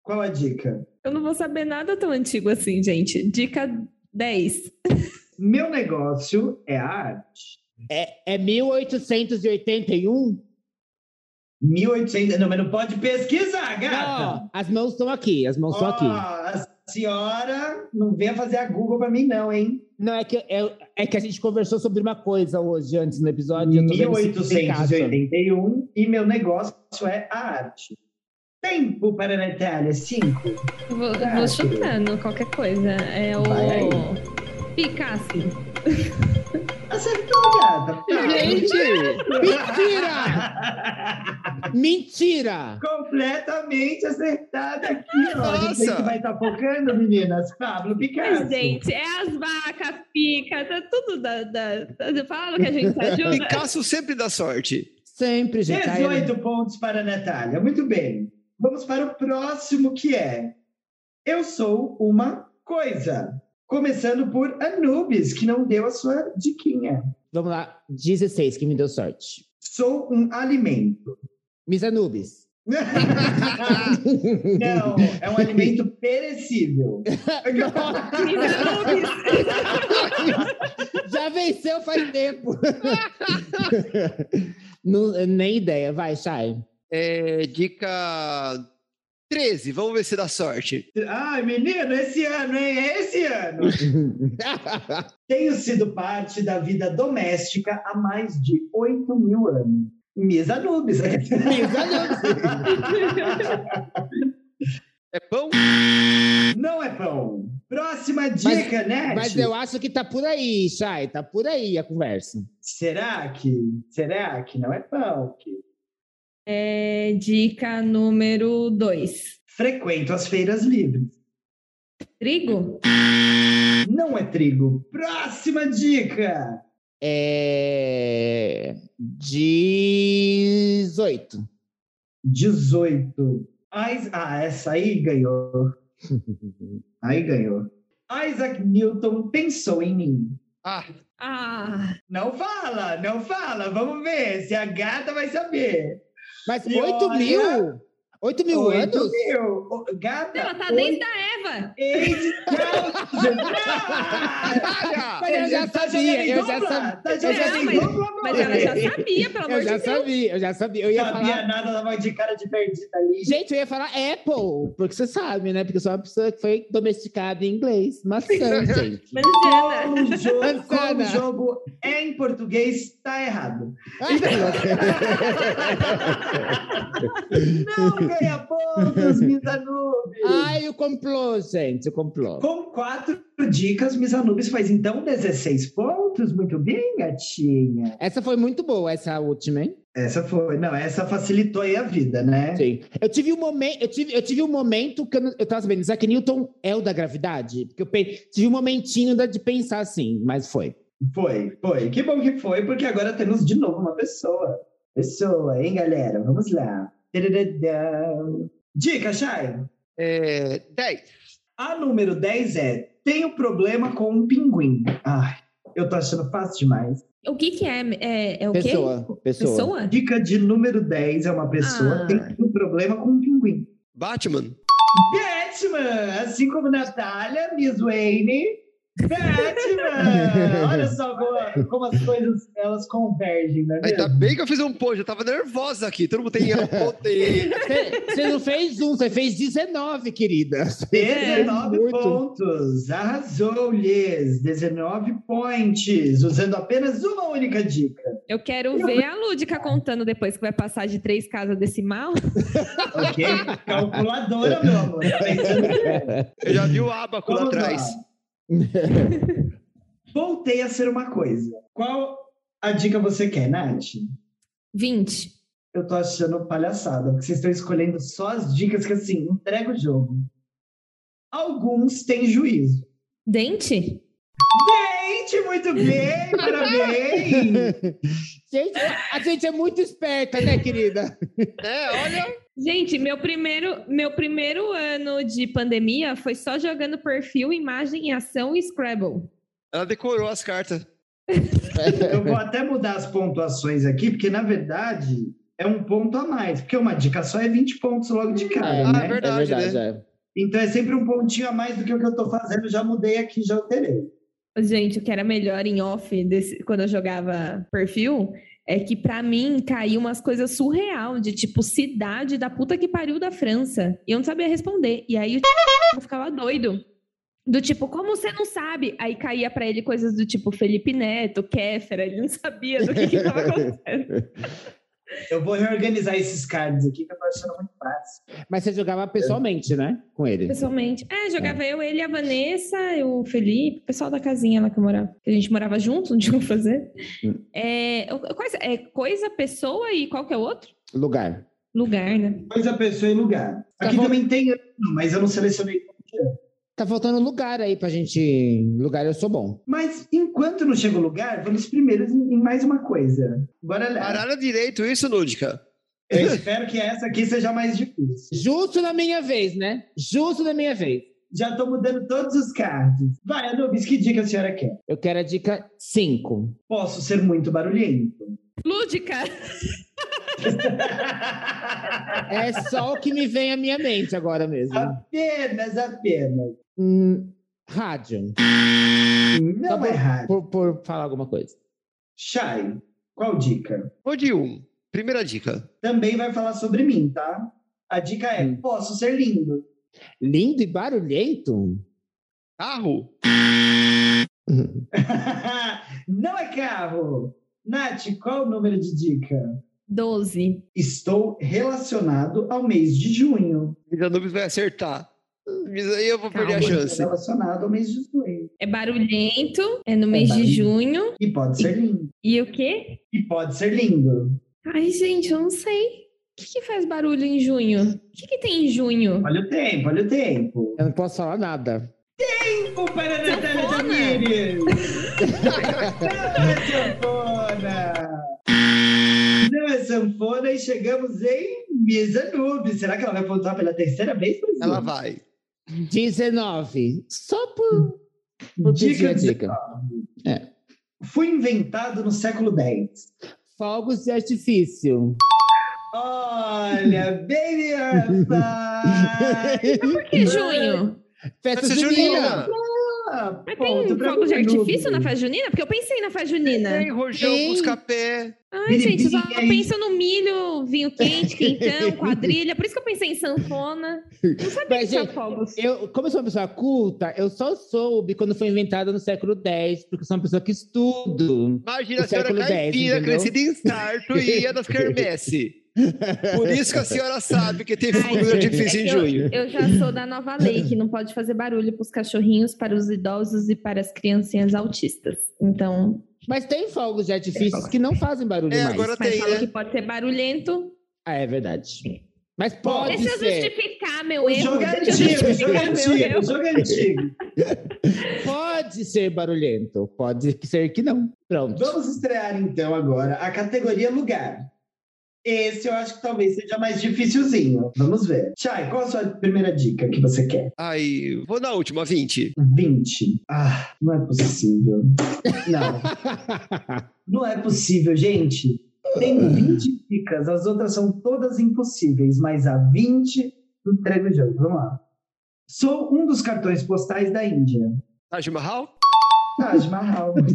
S1: qual a dica?
S3: eu não vou saber nada tão antigo assim, gente. Dica 10.
S1: Meu negócio é a arte.
S4: É, é 1881?
S1: 1800. Não, mas não pode pesquisar, gata.
S4: Não, as mãos estão aqui, as mãos estão
S1: Ó,
S4: aqui.
S1: A senhora não venha fazer a Google pra mim, não, hein?
S4: Não, é que, é, é que a gente conversou sobre uma coisa hoje, antes no episódio. eu tô vendo se tem caso.
S1: 1881 e meu negócio é a arte. Tempo para a Natália, 5.
S3: Vou,
S1: Ah,
S3: vou chutando qualquer coisa. É
S1: Vai
S3: o. Picasso.
S1: Tá sendo que é olhada.
S4: Gente, mentira! Mentira!
S1: Completamente acertada aqui, ó. A gente
S2: Nossa!
S1: vai estar focando, meninas. Pablo Picasso.
S3: Gente, é as vacas, pica, tá tudo da. da, da falaram que a gente ajuda.
S2: Picasso sempre dá sorte.
S4: Sempre, gente. Ai,
S1: 18 pontos para a Natália. Muito bem. Vamos para o próximo, que é Eu Sou Uma Coisa. Começando por Anubis, que não deu a sua diquinha.
S4: Vamos lá, 16, que me deu sorte.
S1: Sou um alimento.
S4: Miss Anubis.
S1: não, é um alimento perecível.
S4: Já venceu faz tempo. Não- nem ideia. Vai, Chay.
S2: É, dica 13, vamos ver se dá sorte.
S1: Ai, menino, esse ano, hein? É Esse ano. Tenho sido parte da vida doméstica há mais de 8 mil anos. Miss Anubis.
S4: Miss Anubis.
S2: É pão?
S1: Não é pão. Próxima dica, né?
S4: Mas eu acho que tá por aí, Chay. Tá por aí a conversa.
S1: Será que? Será que não é pão? Que...
S3: É, dica número 2.
S1: Frequento as feiras livres.
S3: Trigo?
S1: Não é trigo. Próxima dica.
S4: É... 18.
S1: 18. Ais- Ah, essa aí ganhou. Aí ganhou. Isaac Newton pensou em mim.
S2: Ah,
S3: Ah,
S1: Não fala, não fala. Vamos ver se a gata vai saber.
S4: Mas
S1: E
S4: 8
S1: olha-
S4: mil? 8 mil
S1: Oito
S4: anos?
S1: mil. Ô, Gata.
S3: ela tá
S1: oito
S3: dentro da Eva.
S1: Eles não-
S2: olha!
S4: Mas eu já
S1: Tá
S4: sabia,
S1: jogando em
S4: eu já
S1: dupla,
S4: sabia.
S1: tá
S4: eu
S1: jogando
S4: já
S1: em
S3: sabia.
S1: dupla,
S3: Mas ela já
S1: mano.
S3: sabia, pelo amor
S4: Eu já
S3: de Deus.
S4: sabia, eu já sabia. Eu ia
S1: sabia
S4: falar.
S1: nada, tava de cara de perdida ali.
S4: Gente, eu ia falar Apple, porque você sabe, né? Porque eu sou uma pessoa que foi domesticada em inglês. Maçã, gente. é
S3: Manzana.
S1: Como o jogo, como
S4: Manzana.
S1: o jogo é em português, tá errado.
S4: Ai, que louca.
S1: Não ganha pontos, Miss Anubis.
S4: Ai, o complô, gente, o complô.
S1: Com quatro dicas, Miss Anubis faz então 16 pontos. Muito bem, gatinha.
S4: Essa foi muito boa, essa última, hein?
S1: Essa foi, não, essa facilitou aí a vida,
S3: É.
S1: né?
S4: Sim. Eu tive um momento, eu tive, eu tive um momento que eu, não- eu tava sabendo, Isaac Newton é o da gravidade? Porque eu pe- tive um momentinho da- de pensar assim, mas foi.
S1: Foi, foi. Que bom que foi, porque agora temos de novo uma pessoa. Pessoa, hein, galera? Vamos lá. Tadadadam. Dica, Chay.
S2: É, 10.
S1: A número 10 é: tenho problema com um pinguim. Ai, eu tô achando fácil demais.
S3: O que que é? É, é o quê?
S4: Pessoa, pessoa.
S3: Pessoa?
S1: Dica de número 10 é uma pessoa
S3: Ah.
S1: que tem um problema com um pinguim.
S2: Batman?
S1: Batman! Assim como Natália, Miss Wayne. Batman! Olha só como, como as coisas elas convergem, né?
S2: Ainda bem que eu fiz um post, eu tava nervosa aqui. Todo mundo tem um ponto tem-
S4: Você você não fez um, você fez 19, querida.
S1: 19
S4: muito.
S1: pontos. Arrasou-lhes. 19 points. Usando apenas uma única dica.
S3: Eu quero ver a Lúdica contando depois que vai passar de três casas decimal.
S1: Ok? Calculadora, meu amor. Tá pensando bem.
S2: Eu já vi o abaco lá
S1: Vamos
S2: atrás.
S1: lá. Voltei a ser uma coisa. Qual a dica você quer, Nath?
S3: 20.
S1: Eu tô achando palhaçada, porque vocês estão escolhendo só as dicas que, assim, entrega o jogo. Alguns têm juízo.
S3: Dente?
S1: Gente, muito bem, parabéns!
S4: Gente, a gente é muito esperta, né, querida?
S2: É, olha.
S3: Gente, meu primeiro, meu primeiro ano de pandemia foi só jogando perfil, imagem em ação e Scrabble.
S2: Ela decorou as cartas.
S1: Eu vou até mudar as pontuações aqui, porque na verdade é um ponto a mais, porque uma dica só é 20 pontos logo de cara,
S4: É,
S1: né?
S2: é verdade,
S4: é.
S1: Então é sempre um pontinho a mais do que o que eu tô fazendo, já mudei aqui, já alterei.
S3: Gente, o que era melhor em off, desse- quando eu jogava perfil, é que pra mim caiu umas coisas surreal, de tipo, cidade da puta que pariu da França. E eu não sabia responder. E aí o ficava doido. Do tipo, como você não sabe? Aí caía pra ele coisas do tipo Felipe Neto, Kéfera, ele não sabia do que que tava acontecendo.
S1: Eu vou reorganizar esses cards aqui, que eu tô achando muito fácil.
S4: Mas você jogava pessoalmente, né? Com ele.
S3: Pessoalmente. É, jogava eu, ele, a Vanessa, o Felipe, o pessoal da casinha lá que eu morava. Que a gente morava junto, não tinha o que fazer.
S4: Hum.
S3: É, o- coisa, é coisa, pessoa e qual que é o outro?
S4: Lugar.
S3: Lugar, né?
S1: Coisa, pessoa e lugar.
S4: Tá
S1: Aqui
S4: bom.
S1: também tem ano, mas eu não selecionei.
S4: Tá faltando lugar aí pra gente. Lugar eu sou bom.
S1: Mas enquanto não chega o lugar, vamos primeiros em em mais uma coisa. Bora lá.
S2: Baralha direito isso, Núdica.
S1: Eu espero que essa aqui seja mais difícil.
S4: Justo na minha vez, né? Justo na minha vez.
S1: Já tô mudando todos os cards. Vai, Anubis, que dica a senhora quer?
S4: Eu quero a dica 5.
S1: Posso ser muito barulhento.
S3: Lúdica!
S4: É só o que me vem à minha mente agora mesmo.
S1: apenas, apenas.
S4: Hum, rádio. Tá
S1: Não
S4: bom.
S1: é rádio.
S4: Por, por falar alguma coisa.
S1: Shai, qual dica?
S2: Vou de um. Primeira dica.
S1: Também vai falar sobre mim, tá? A dica é:
S4: Hum.
S1: posso ser lindo.
S4: Lindo e barulhento?
S2: Carro.
S1: Não é carro. Nath, qual o número de dica?
S3: 12.
S1: Estou relacionado ao mês de junho.
S2: Ainda não vai acertar. Mas aí eu vou perder a
S3: Calma.
S2: chance.
S1: Relacionado ao mês de junho.
S3: É barulhento, é no mês de
S1: barulhento.
S3: junho.
S1: E pode ser lindo.
S3: E o quê?
S1: E pode ser lindo.
S3: Ai, gente, eu não sei. O que, que faz barulho em junho? O que, que tem em junho?
S1: Olha o tempo, olha o tempo.
S4: Eu não posso falar nada.
S1: Tempo para a Natália
S3: Sanfona.
S1: Tamires. Não é sanfona! Não é sanfona e chegamos em Miss Anubis. Será que ela vai pontuar pela terceira vez, Brasil?
S2: Ela vai.
S4: 19. Só por, por pedir a
S1: Dica
S4: dica.
S1: Foi inventado no século X.
S4: Fogos de artifício.
S1: Olha, Baby Eartha!
S3: Por que
S4: Ah,
S3: junho?
S4: Festa
S2: Festa
S4: junina.
S2: junina.
S1: Ah,
S3: Mas
S1: ponto
S3: tem
S1: pra
S3: fogo de
S1: Anubis.
S3: artifício na faz junina? Porque eu pensei na faz junina.
S2: Tem rojão,
S4: Tem.
S2: busca-pé.
S3: Ai, gente, eu só
S1: Biribinha, hein?
S3: penso no milho, vinho quente, quentão, quadrilha. Por isso que eu pensei em sanfona. Não sabia
S4: Mas,
S3: que tinha
S4: gente,
S3: fogos.
S4: Eu, como eu sou uma pessoa culta, eu só soube quando foi inventada no século X, porque eu sou uma pessoa que estudo.
S2: Imagina
S4: Do
S2: a senhora
S4: século X,
S2: caipira,
S4: entendeu?
S2: crescida em Sarto e ia das quermesse. Por isso que a senhora sabe que tem
S3: Ai,
S2: fogo de artifício
S3: é
S2: em
S3: que eu-
S2: junho.
S3: Eu já sou da nova lei, que não pode fazer barulho para os cachorrinhos, para os idosos e para as criancinhas autistas. Então,
S4: Mas tem fogos de artifícios que não fazem barulho
S2: É,
S4: mais.
S2: agora
S3: mas
S2: tem,
S3: fala que
S2: né?
S3: pode ser barulhento.
S4: Ah, é verdade. Mas pode
S3: Deixa eu
S4: ser.
S3: justificar meu
S1: O
S3: erro.
S1: jogo é
S3: Deixa eu
S1: antigo, o jogo é
S3: justificar meu
S1: antigo, o
S3: erro.
S1: jogo é antigo.
S4: Pode ser barulhento. Pode ser que não. Pronto.
S1: Vamos estrear então agora a categoria lugar. Esse eu acho que talvez seja mais dificilzinho. Vamos ver. Chay, qual a sua primeira dica que você quer?
S2: Aí, vou na última, 20.
S1: 20. Ah, não é possível. Não, não é possível, gente. Tem 20 dicas, as outras são todas impossíveis, mas a 20 entrega o jogo. Vamos lá. Sou um dos cartões postais da Índia.
S2: Taj Mahal?
S1: Taj Mahal, muito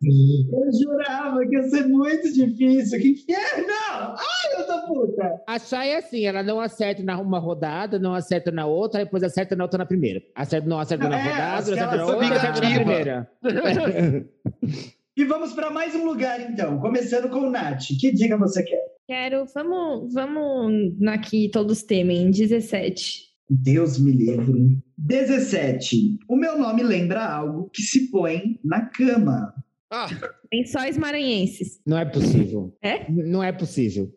S1: bem.
S4: Uhum.
S1: Eu jurava que ia ser muito difícil. Que inferno! Ai, eu tô puta!
S4: A Chay é assim, ela não acerta na uma rodada, não acerta na outra, depois acerta na outra na primeira. Acerta, não acerta na
S1: É,
S4: rodada, não
S1: aquela
S4: acerta na outra, acerta na
S2: obrigativa.
S4: primeira.
S1: E vamos para mais um lugar, então. Começando com o Nath. Que dica você quer?
S3: Quero, vamos, vamos na que todos temem, 17.
S1: Deus me livre. 17. O meu nome lembra algo que se põe na cama.
S2: Ah,
S3: Lençóis maranhenses.
S4: Não é possível.
S3: É?
S4: Não é possível.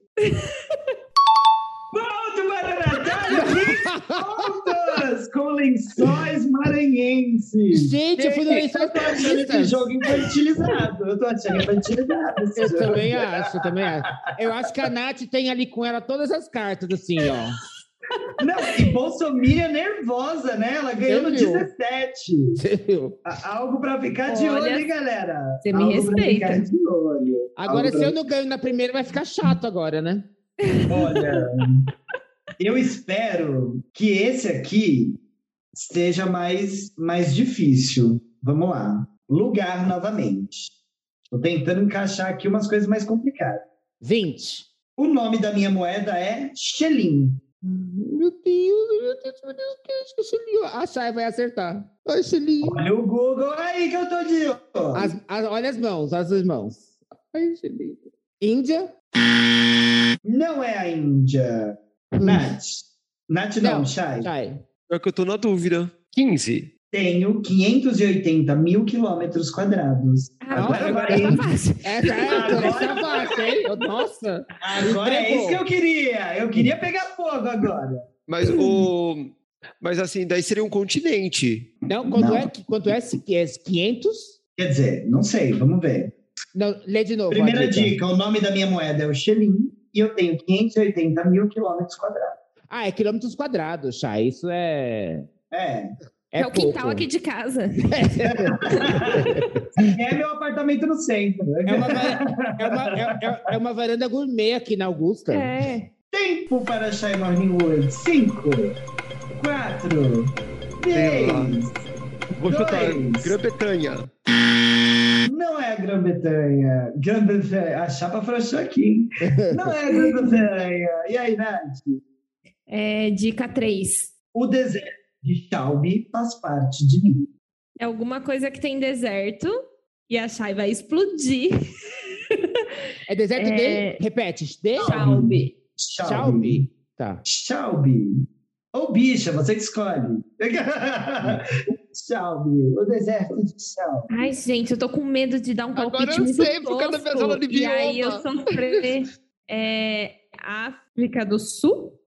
S1: Ponto para a Natália! 20 pontos! Com lençóis maranhenses.
S4: Gente, eu fui no lençol
S1: Eu tô achando esse
S4: paulista.
S1: jogo infantilizado. Eu tô achando infantilizado esse
S4: Eu
S1: jogo.
S4: também acho, eu também acho. Eu acho que a Nath tem ali com ela todas as cartas, assim, ó.
S1: Não, e Bolsonaro é nervosa, né? Ela ganhou no
S4: Eu vi.
S1: 17.
S4: Você viu?
S1: A- Algo pra ficar de
S3: Olha,
S1: olho, hein, galera?
S3: você me
S1: Algo pra
S3: respeita.
S1: ficar de olho.
S4: Agora,
S1: Algo
S4: se eu não ganho na primeira, vai ficar chato agora, né?
S1: Olha, eu espero que esse aqui esteja mais, mais difícil. Vamos lá. Lugar novamente. Tô tentando encaixar aqui umas coisas mais complicadas.
S4: 20.
S1: O nome da minha moeda é Xelim.
S4: Meu Deus, meu Deus, meu Deus, que acho que Xelinho. A Chay vai acertar. Ai, Xelinho.
S1: Olha o Google aí que eu tô de olho.
S4: As- as- olha as mãos, olha as mãos. Angelina. Índia?
S1: Não é a Índia. Nath. Nath não,
S4: Não,
S1: Shai.
S4: Chai.
S2: É que eu tô na dúvida. 15.
S1: Tenho 580 mil quilômetros quadrados.
S3: Ah,
S4: Nossa,
S1: agora
S4: agora
S1: é
S4: essa fácil. Essa é
S1: Agora-
S4: essa é fácil, hein? Nossa.
S1: Agora é isso que eu queria. Eu queria pegar fogo agora.
S2: Mas o. Mas assim, daí seria um continente.
S4: Não, quanto
S1: Não.
S4: é que quanto é esse que é 500?
S1: Quer dizer, não sei, vamos ver.
S4: Não, lê de novo. a
S1: Primeira dica, o nome da minha moeda é o Xelim e eu tenho 580 mil quilômetros quadrados.
S4: Ah, é quilômetros quadrados, Chay. Isso é
S1: É.
S3: é,
S4: é,
S3: o quintal
S4: pouco.
S3: aqui de casa.
S1: é meu apartamento no centro.
S4: É uma, va- é, uma, é, é- é uma varanda gourmet aqui na Augusta.
S3: É.
S1: Tempo para Shy Morning World. 5, 4,
S2: Sei lá.
S1: 3.
S2: Vou chutar.
S1: Dois.
S2: Grã-Bretanha.
S1: Não é a Grã-Bretanha. Grã-Bretanha. A Ah, chapa frouxou aqui. hein? Não é a Grã-Bretanha. E aí, Nath?
S3: É, dica 3.
S1: O deserto de Chalbi faz parte de mim.
S3: É alguma coisa que tem deserto e a Shai vai explodir.
S4: É deserto
S3: É.
S4: de. Repete, de
S3: Chalbe.
S1: Chalbi.
S4: Chalbi. Tá.
S1: Chalbi. Ou bicha, você que escolhe. Chalbi. O deserto de Chalbi.
S3: Ai, gente, eu tô com medo de dar um
S2: Agora
S3: palpite
S2: eu
S3: muito
S2: sei, por causa da
S3: tosco.
S2: minha aula de
S3: E aí eu
S2: bioma.
S3: sofrer. É, África do Sul?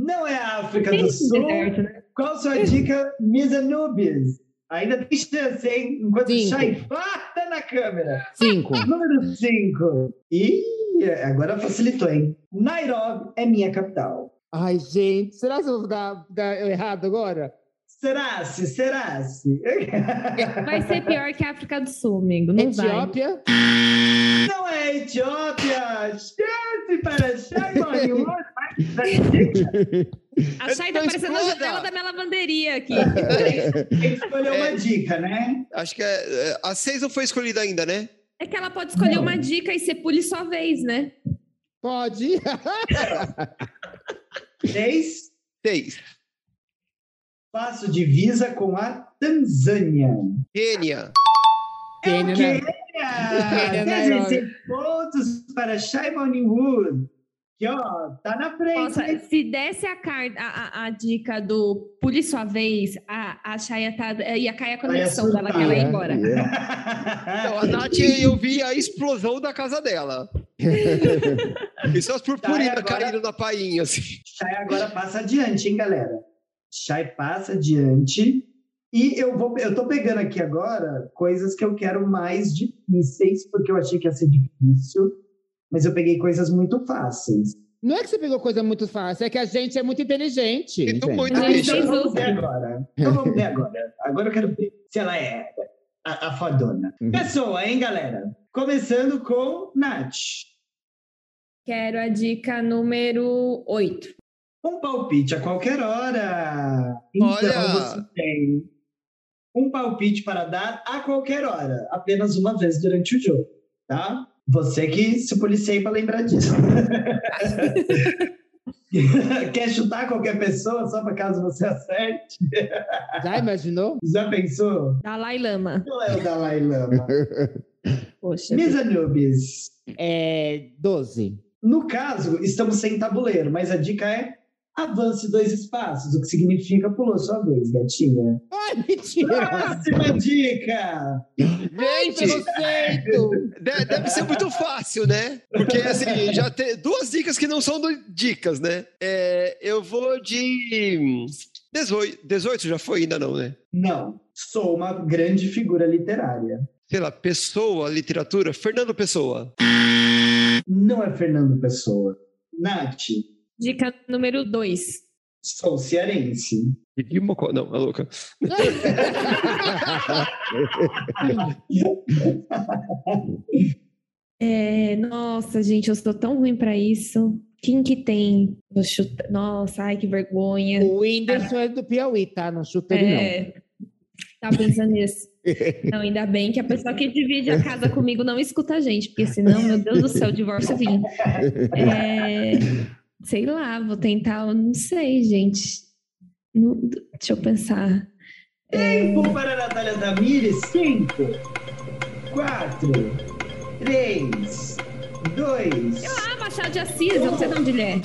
S1: Não é a África
S3: Tem
S1: do Sul.
S3: deserto, né?
S1: Qual sua dica, Miss Anubis? Ainda tem chance, hein? Enquanto
S4: Cinco.
S1: sai farta na câmera.
S4: Cinco.
S1: Número 5. Ih, agora facilitou, hein? Nairobi é minha capital.
S4: Ai, gente, será que eu vou dar, dar eu errado agora?
S1: Será se? Será se?
S3: Vai ser pior que a África do Sul, amigo. Não vai.
S4: Etiópia?
S1: Não é a Etiópia! Chance para Shai Moore! Mas
S3: A Shai tá
S2: Então
S3: parecendo a
S2: exploda.
S3: janela da minha lavanderia aqui.
S1: Tem que escolher uma É dica, né?
S2: Acho que é, é, a 6 não foi escolhida ainda, né?
S3: É que ela pode escolher uma dica e você pule sua vez, né?
S4: Pode.
S1: Três,
S2: 6.
S1: faço divisa com a Tanzânia.
S2: Quênia.
S1: É o
S4: Quênia,
S1: quê?
S4: né? Quênia, né,
S1: 16 pontos para Shai Wood, que ó, tá na
S2: É
S1: frente.
S3: Nossa,
S1: hein?
S3: se desse a, car- a- a- a dica do pule sua vez, a, a Shai ia, tá- ia cair a conexão dela, que ela ia
S4: surtar.
S3: embora.
S2: né?
S1: É.
S2: Não, a Nath, eu vi a explosão da casa dela. e só as purpurinas
S1: Tá, agora-
S2: caindo na painha, assim.
S1: Shai agora passa adiante, hein, galera? Shai passa adiante. E eu vou, eu tô pegando aqui agora coisas que eu quero mais difíceis, porque eu achei que ia ser difícil, mas eu peguei coisas muito fáceis.
S4: Não é que você pegou coisa muito fácil, é que a gente é muito inteligente.
S2: E tu
S4: entende?
S2: muito
S3: Não,
S2: bicha.
S1: então
S3: Jesus.
S1: vamos ver agora. Então vamos ver agora. Agora eu quero ver se ela é a, a fodona.
S4: Uhum.
S1: Pessoa, hein, galera? Começando com Nath.
S3: Quero a dica número 8.
S1: Um palpite a qualquer hora. Então
S2: Olha!
S1: você tem um palpite para dar a qualquer hora, apenas uma vez durante o jogo, tá? Você que se policiei para lembrar disso. Quer chutar qualquer pessoa só para caso você acerte?
S4: Já imaginou?
S1: Já pensou?
S3: Dalai Lama.
S1: Não é o Dalai Lama.
S3: Poxa.
S1: Miss Anubis,
S4: É 12.
S1: no caso, estamos sem tabuleiro, mas a dica é avance dois espaços, o que significa pulou sua vez, gatinha.
S4: Ai, mentira!
S1: Próxima dica!
S2: Gente,
S4: Preconceito!
S2: de- Né, deve ser muito fácil, né? Porque, assim, já tem duas dicas que não são do- dicas, né? É, eu vou de... 18, 18 já foi ainda não, né?
S1: Não, sou uma grande figura literária.
S2: Sei lá, Pessoa, literatura, Fernando Pessoa.
S1: Não é Fernando Pessoa. Nath,
S3: Dica número 2.
S1: sou cearense.
S2: Didi Mocó, não, é louca.
S3: É, nossa, gente, eu sou tão ruim pra isso. Quem que tem? Vou chutar. Nossa, ai, que vergonha.
S4: O Whindersson é do Piauí, tá? Não chuta ele, não.
S3: É, tava pensando nisso. Não, ainda bem que a pessoa que divide a casa comigo não escuta a gente, porque senão, meu Deus do céu, o divórcio vinha. É, sei lá, vou tentar, eu não sei, gente. Não- deixa eu pensar.
S1: Tempo para a Natália Tamires, 5, 4, 3, 2.
S3: Eu amo Ah, Machado de Assis, eu não sei de onde ele é.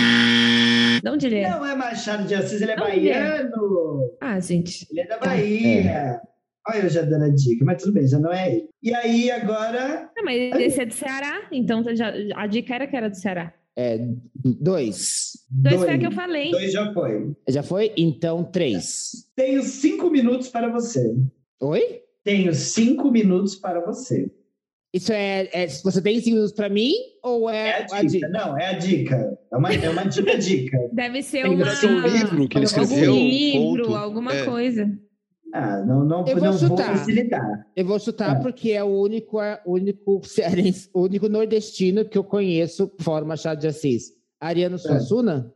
S3: De onde ele é?
S1: Não é Machado de Assis, ele é
S3: Não,
S1: baiano.
S3: Ah, gente.
S1: Ele é da Bahia. Olha, eu já dando a dica, mas tudo bem, já não é ele. E aí, agora.
S3: Não, mas esse é do Ceará, então já- a dica era que era do Ceará.
S4: É, dois.
S3: Dois foi a que eu falei.
S1: dois já foi.
S4: Já foi? Então, três.
S1: Tenho cinco minutos para você.
S4: Oi?
S1: Tenho cinco minutos para você.
S4: Isso é. é- você tem cinco minutos pra mim? Ou
S1: É a
S4: é,
S1: dica. Não, é a dica. É uma, é uma dica, dica.
S3: Deve ser
S2: Tem que
S3: uma...
S2: dar um livro que ele
S1: Algum
S2: escreveu.
S3: algum
S2: um
S3: livro,
S2: conto.
S3: alguma
S2: É.
S3: coisa.
S1: Ah, não, não,
S4: Eu vou
S1: não vou
S4: chutar.
S1: facilitar.
S4: Eu vou chutar
S1: É.
S4: porque é o único, é o único cearense, o único nordestino que eu conheço fora o Machado de Assis.
S1: É.
S4: Ariano Suassuna?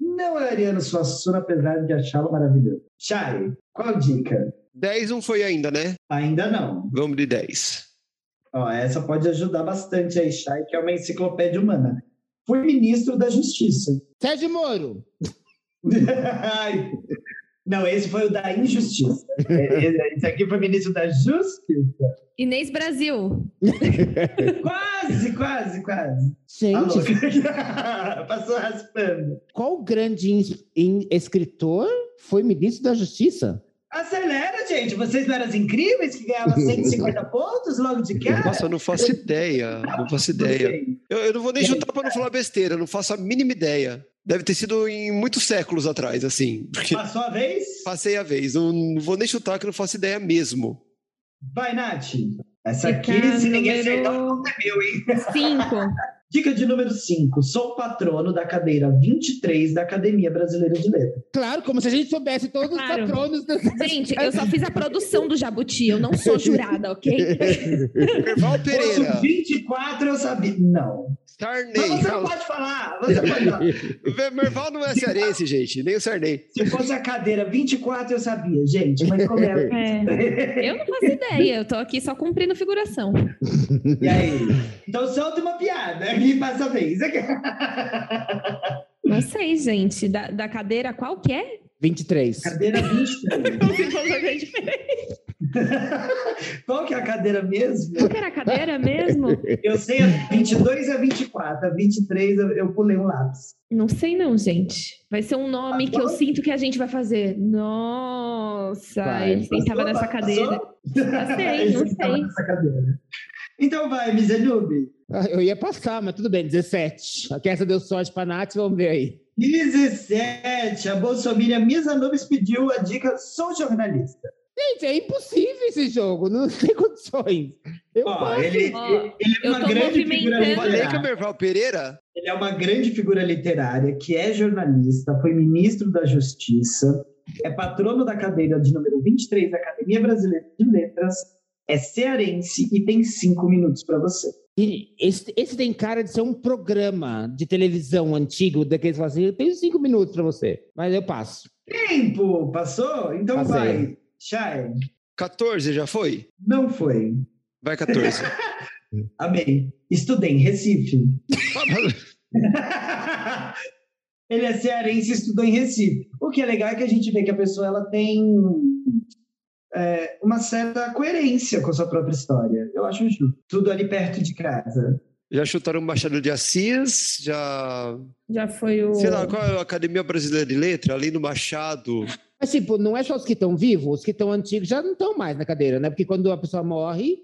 S1: Não é Ariano Suassuna, apesar de achá-lo maravilhoso. Chay, qual dica?
S2: 10 não foi ainda, né?
S1: Ainda não.
S2: Vamos de 10.
S1: Ó, essa pode ajudar bastante aí, Chay, que é uma enciclopédia humana. Fui ministro da Justiça.
S4: Sérgio Moro.
S1: Ai. Não, esse foi o da injustiça. É, é, Esse aqui foi o ministro da justiça.
S3: Inês Brasil.
S1: Quase, quase, quase.
S4: Gente,
S1: Alô. Passou raspando.
S4: qual grande ins- in- escritor foi ministro da Justiça?
S1: Acelera, gente. Vocês não eram as incríveis que ganhavam 150 pontos logo de cara?
S2: Nossa, eu não faço ideia. Não faço ideia. Eu, eu não vou nem chutar pra não falar besteira, eu não faço a mínima ideia. Deve ter sido em muitos séculos atrás, assim. Porque
S1: Passou a vez?
S2: passei a vez. Eu não vou nem chutar que eu não faço ideia mesmo.
S1: Vai, Nath. Essa aqui,
S3: Dica
S1: se ninguém acertar,
S3: número
S1: é meu, hein?
S3: 5.
S1: Dica de número 5. Sou patrono da cadeira 23 da Academia Brasileira de Letras.
S4: Claro, como se a gente soubesse todos
S3: Claro.
S4: os patronos da
S3: Gente, eu só fiz a produção do Jabuti, eu não sou jurada, ok?
S2: Erval
S1: Posso
S2: Pereira,
S1: 24, eu sabia. Não. Mas
S2: Sarney.
S1: você não pode falar. Você pode falar.
S2: Merval não é cearense, gente, nem o Sarney.
S1: Se fosse a cadeira 24, eu sabia, gente. Mas como é?
S3: É. Eu não faço ideia, eu tô aqui só cumprindo figuração.
S1: E aí? Então solta uma piada e passa a vez.
S3: Não sei, gente. Da, da cadeira qual que é?
S4: 23.
S1: Cadeira 23.
S3: Não se faz alguma diferença.
S1: Qual que é a cadeira mesmo?
S3: Qual que era a cadeira mesmo?
S1: Eu sei a 22 e a 24. A 23 eu- eu pulei um lápis.
S3: Não sei não, gente. Vai ser um nome que eu sinto que a gente vai fazer. Nossa,
S4: Vai.
S3: ele sentava nessa cadeira.
S1: Passou?
S3: Não sei, não
S1: Ele tava
S3: sei.
S1: nessa cadeira. Então vai, Mizenube.
S4: Ah, Eu ia passar, mas tudo bem, 17. Aqui essa deu sorte pra Nath, vamos ver aí.
S1: 17. A Bolsonaro Misanubis pediu a dica: sou jornalista.
S4: Gente, é impossível esse jogo, não tem condições. Eu
S1: Ó,
S4: passo.
S1: ele,
S3: Ó,
S1: ele é
S3: eu
S1: uma
S3: tô
S1: grande figura
S3: movimentando-
S2: Falei
S1: literária.
S2: que é Merval Pereira?
S1: Ele é uma grande figura literária que é jornalista, foi ministro da Justiça, é patrono da cadeira de número 23 da Academia Brasileira de Letras, é cearense e tem cinco minutos para você.
S4: E Esse, esse tem cara de ser um programa de televisão antigo, daqueles que falam assim, eu tenho cinco minutos pra você, mas eu passo.
S1: Tempo! Passou? Então
S4: Passei.
S1: vai. Chay,
S2: 14 já foi?
S1: não foi.
S2: Vai 14.
S1: Amei. Estudei em Recife.
S2: Ah, mas-
S1: Ele é cearense e estudou em Recife. O que é legal é que a gente vê que a pessoa ela tem é, uma certa coerência com a sua própria história. Eu acho justo. Tudo ali perto de casa.
S2: já chutaram Machado de Assis, já.
S3: Já foi o.
S2: Sei lá, qual é a Academia Brasileira de Letra? Além do Machado.
S4: Mas, tipo, não é só os que estão vivos, os que estão antigos já não estão mais na cadeira, né? Porque quando a pessoa morre,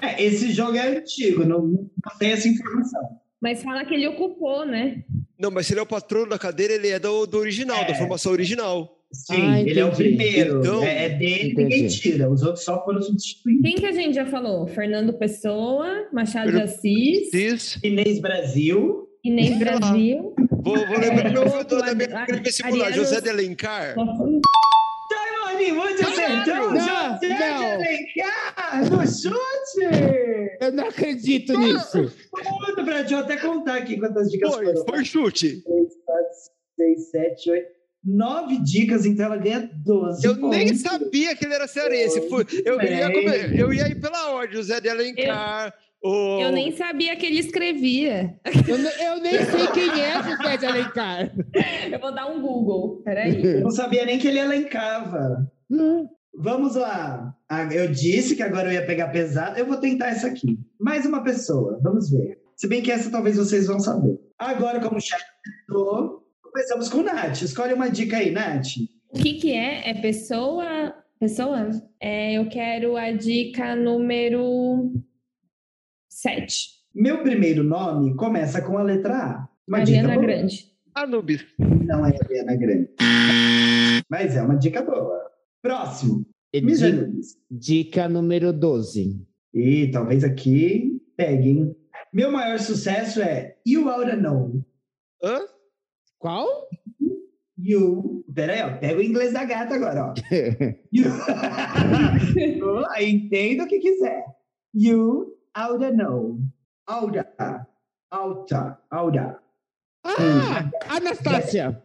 S1: É, esse jogo é antigo, não, não tem essa informação.
S3: Mas fala que ele ocupou, né?
S2: Não, mas se ele é o patrono da cadeira, ele é do, do original,
S1: É.
S2: da formação original.
S1: Sim,
S4: Ah,
S1: ele é o
S4: entendi.
S1: primeiro.
S2: Então-
S1: é, é dele, ninguém
S4: Entendi.
S1: tira. Os outros só foram substituídos.
S3: Quem que a gente já falou? Fernando Pessoa, Machado de
S2: Fernando-
S3: Assis,
S2: Assis.
S1: Inês Brasil.
S3: Inês
S2: Sei lá.
S3: Brasil. É,
S2: Vou, vou lembrar meu
S3: Outro,
S2: vetor da minha
S3: Ari-
S2: época de vestibular,
S3: Ariano-
S2: José de Alencar.
S1: Tony, muito acertou!
S4: não,
S1: José de
S4: não.
S1: Alencar, ah, No chute!
S4: eu não acredito nisso.
S1: Tudo pra deixa eu até contar aqui quantas dicas
S2: Foi,
S1: foram.
S2: foi chute.
S1: 6, 7, 8, 9 dicas, então ela ganha 12.
S2: Eu nem
S1: pontos.
S2: sabia que ele era cearense. Foi- eu, ia come- eu ia ir pela ordem, José de Alencar. o-
S3: Eu nem sabia que ele escrevia.
S4: Eu, ne- eu nem sei quem é José de Alencar.
S3: Eu vou dar um Google. Peraí.
S1: Eu não sabia nem que ele elencava.
S4: Hum,
S1: Vamos lá. Ah, Eu disse que agora eu ia pegar pesado. Eu vou tentar essa aqui. Mais uma pessoa. Vamos ver. Se bem que essa talvez vocês vão saber. Agora, como o chat tentou, começamos com o Nath. Escolhe uma dica aí, Nath.
S3: O que que é? É pessoa? Pessoa? É, eu quero a dica número 7.
S1: Meu primeiro nome começa com a letra A. Uma
S3: Ariana
S1: dica boa.
S3: Grande.
S2: Anubis.
S1: Não é Ariana Grande. Mas é uma dica boa. Próximo. Mija
S4: Di-
S1: Nunes.
S4: Dica número 12.
S1: E talvez aqui peguem. Meu maior sucesso é You Oughta Know.
S2: Hã?
S4: Qual?
S1: You. Peraí, ó. Pega o inglês da gata agora, ó. You... Vamos lá, Entenda o que quiser. You Oughta Know. Oughta. Oughta. Oughta. Hum.
S4: Ah, Anastácia.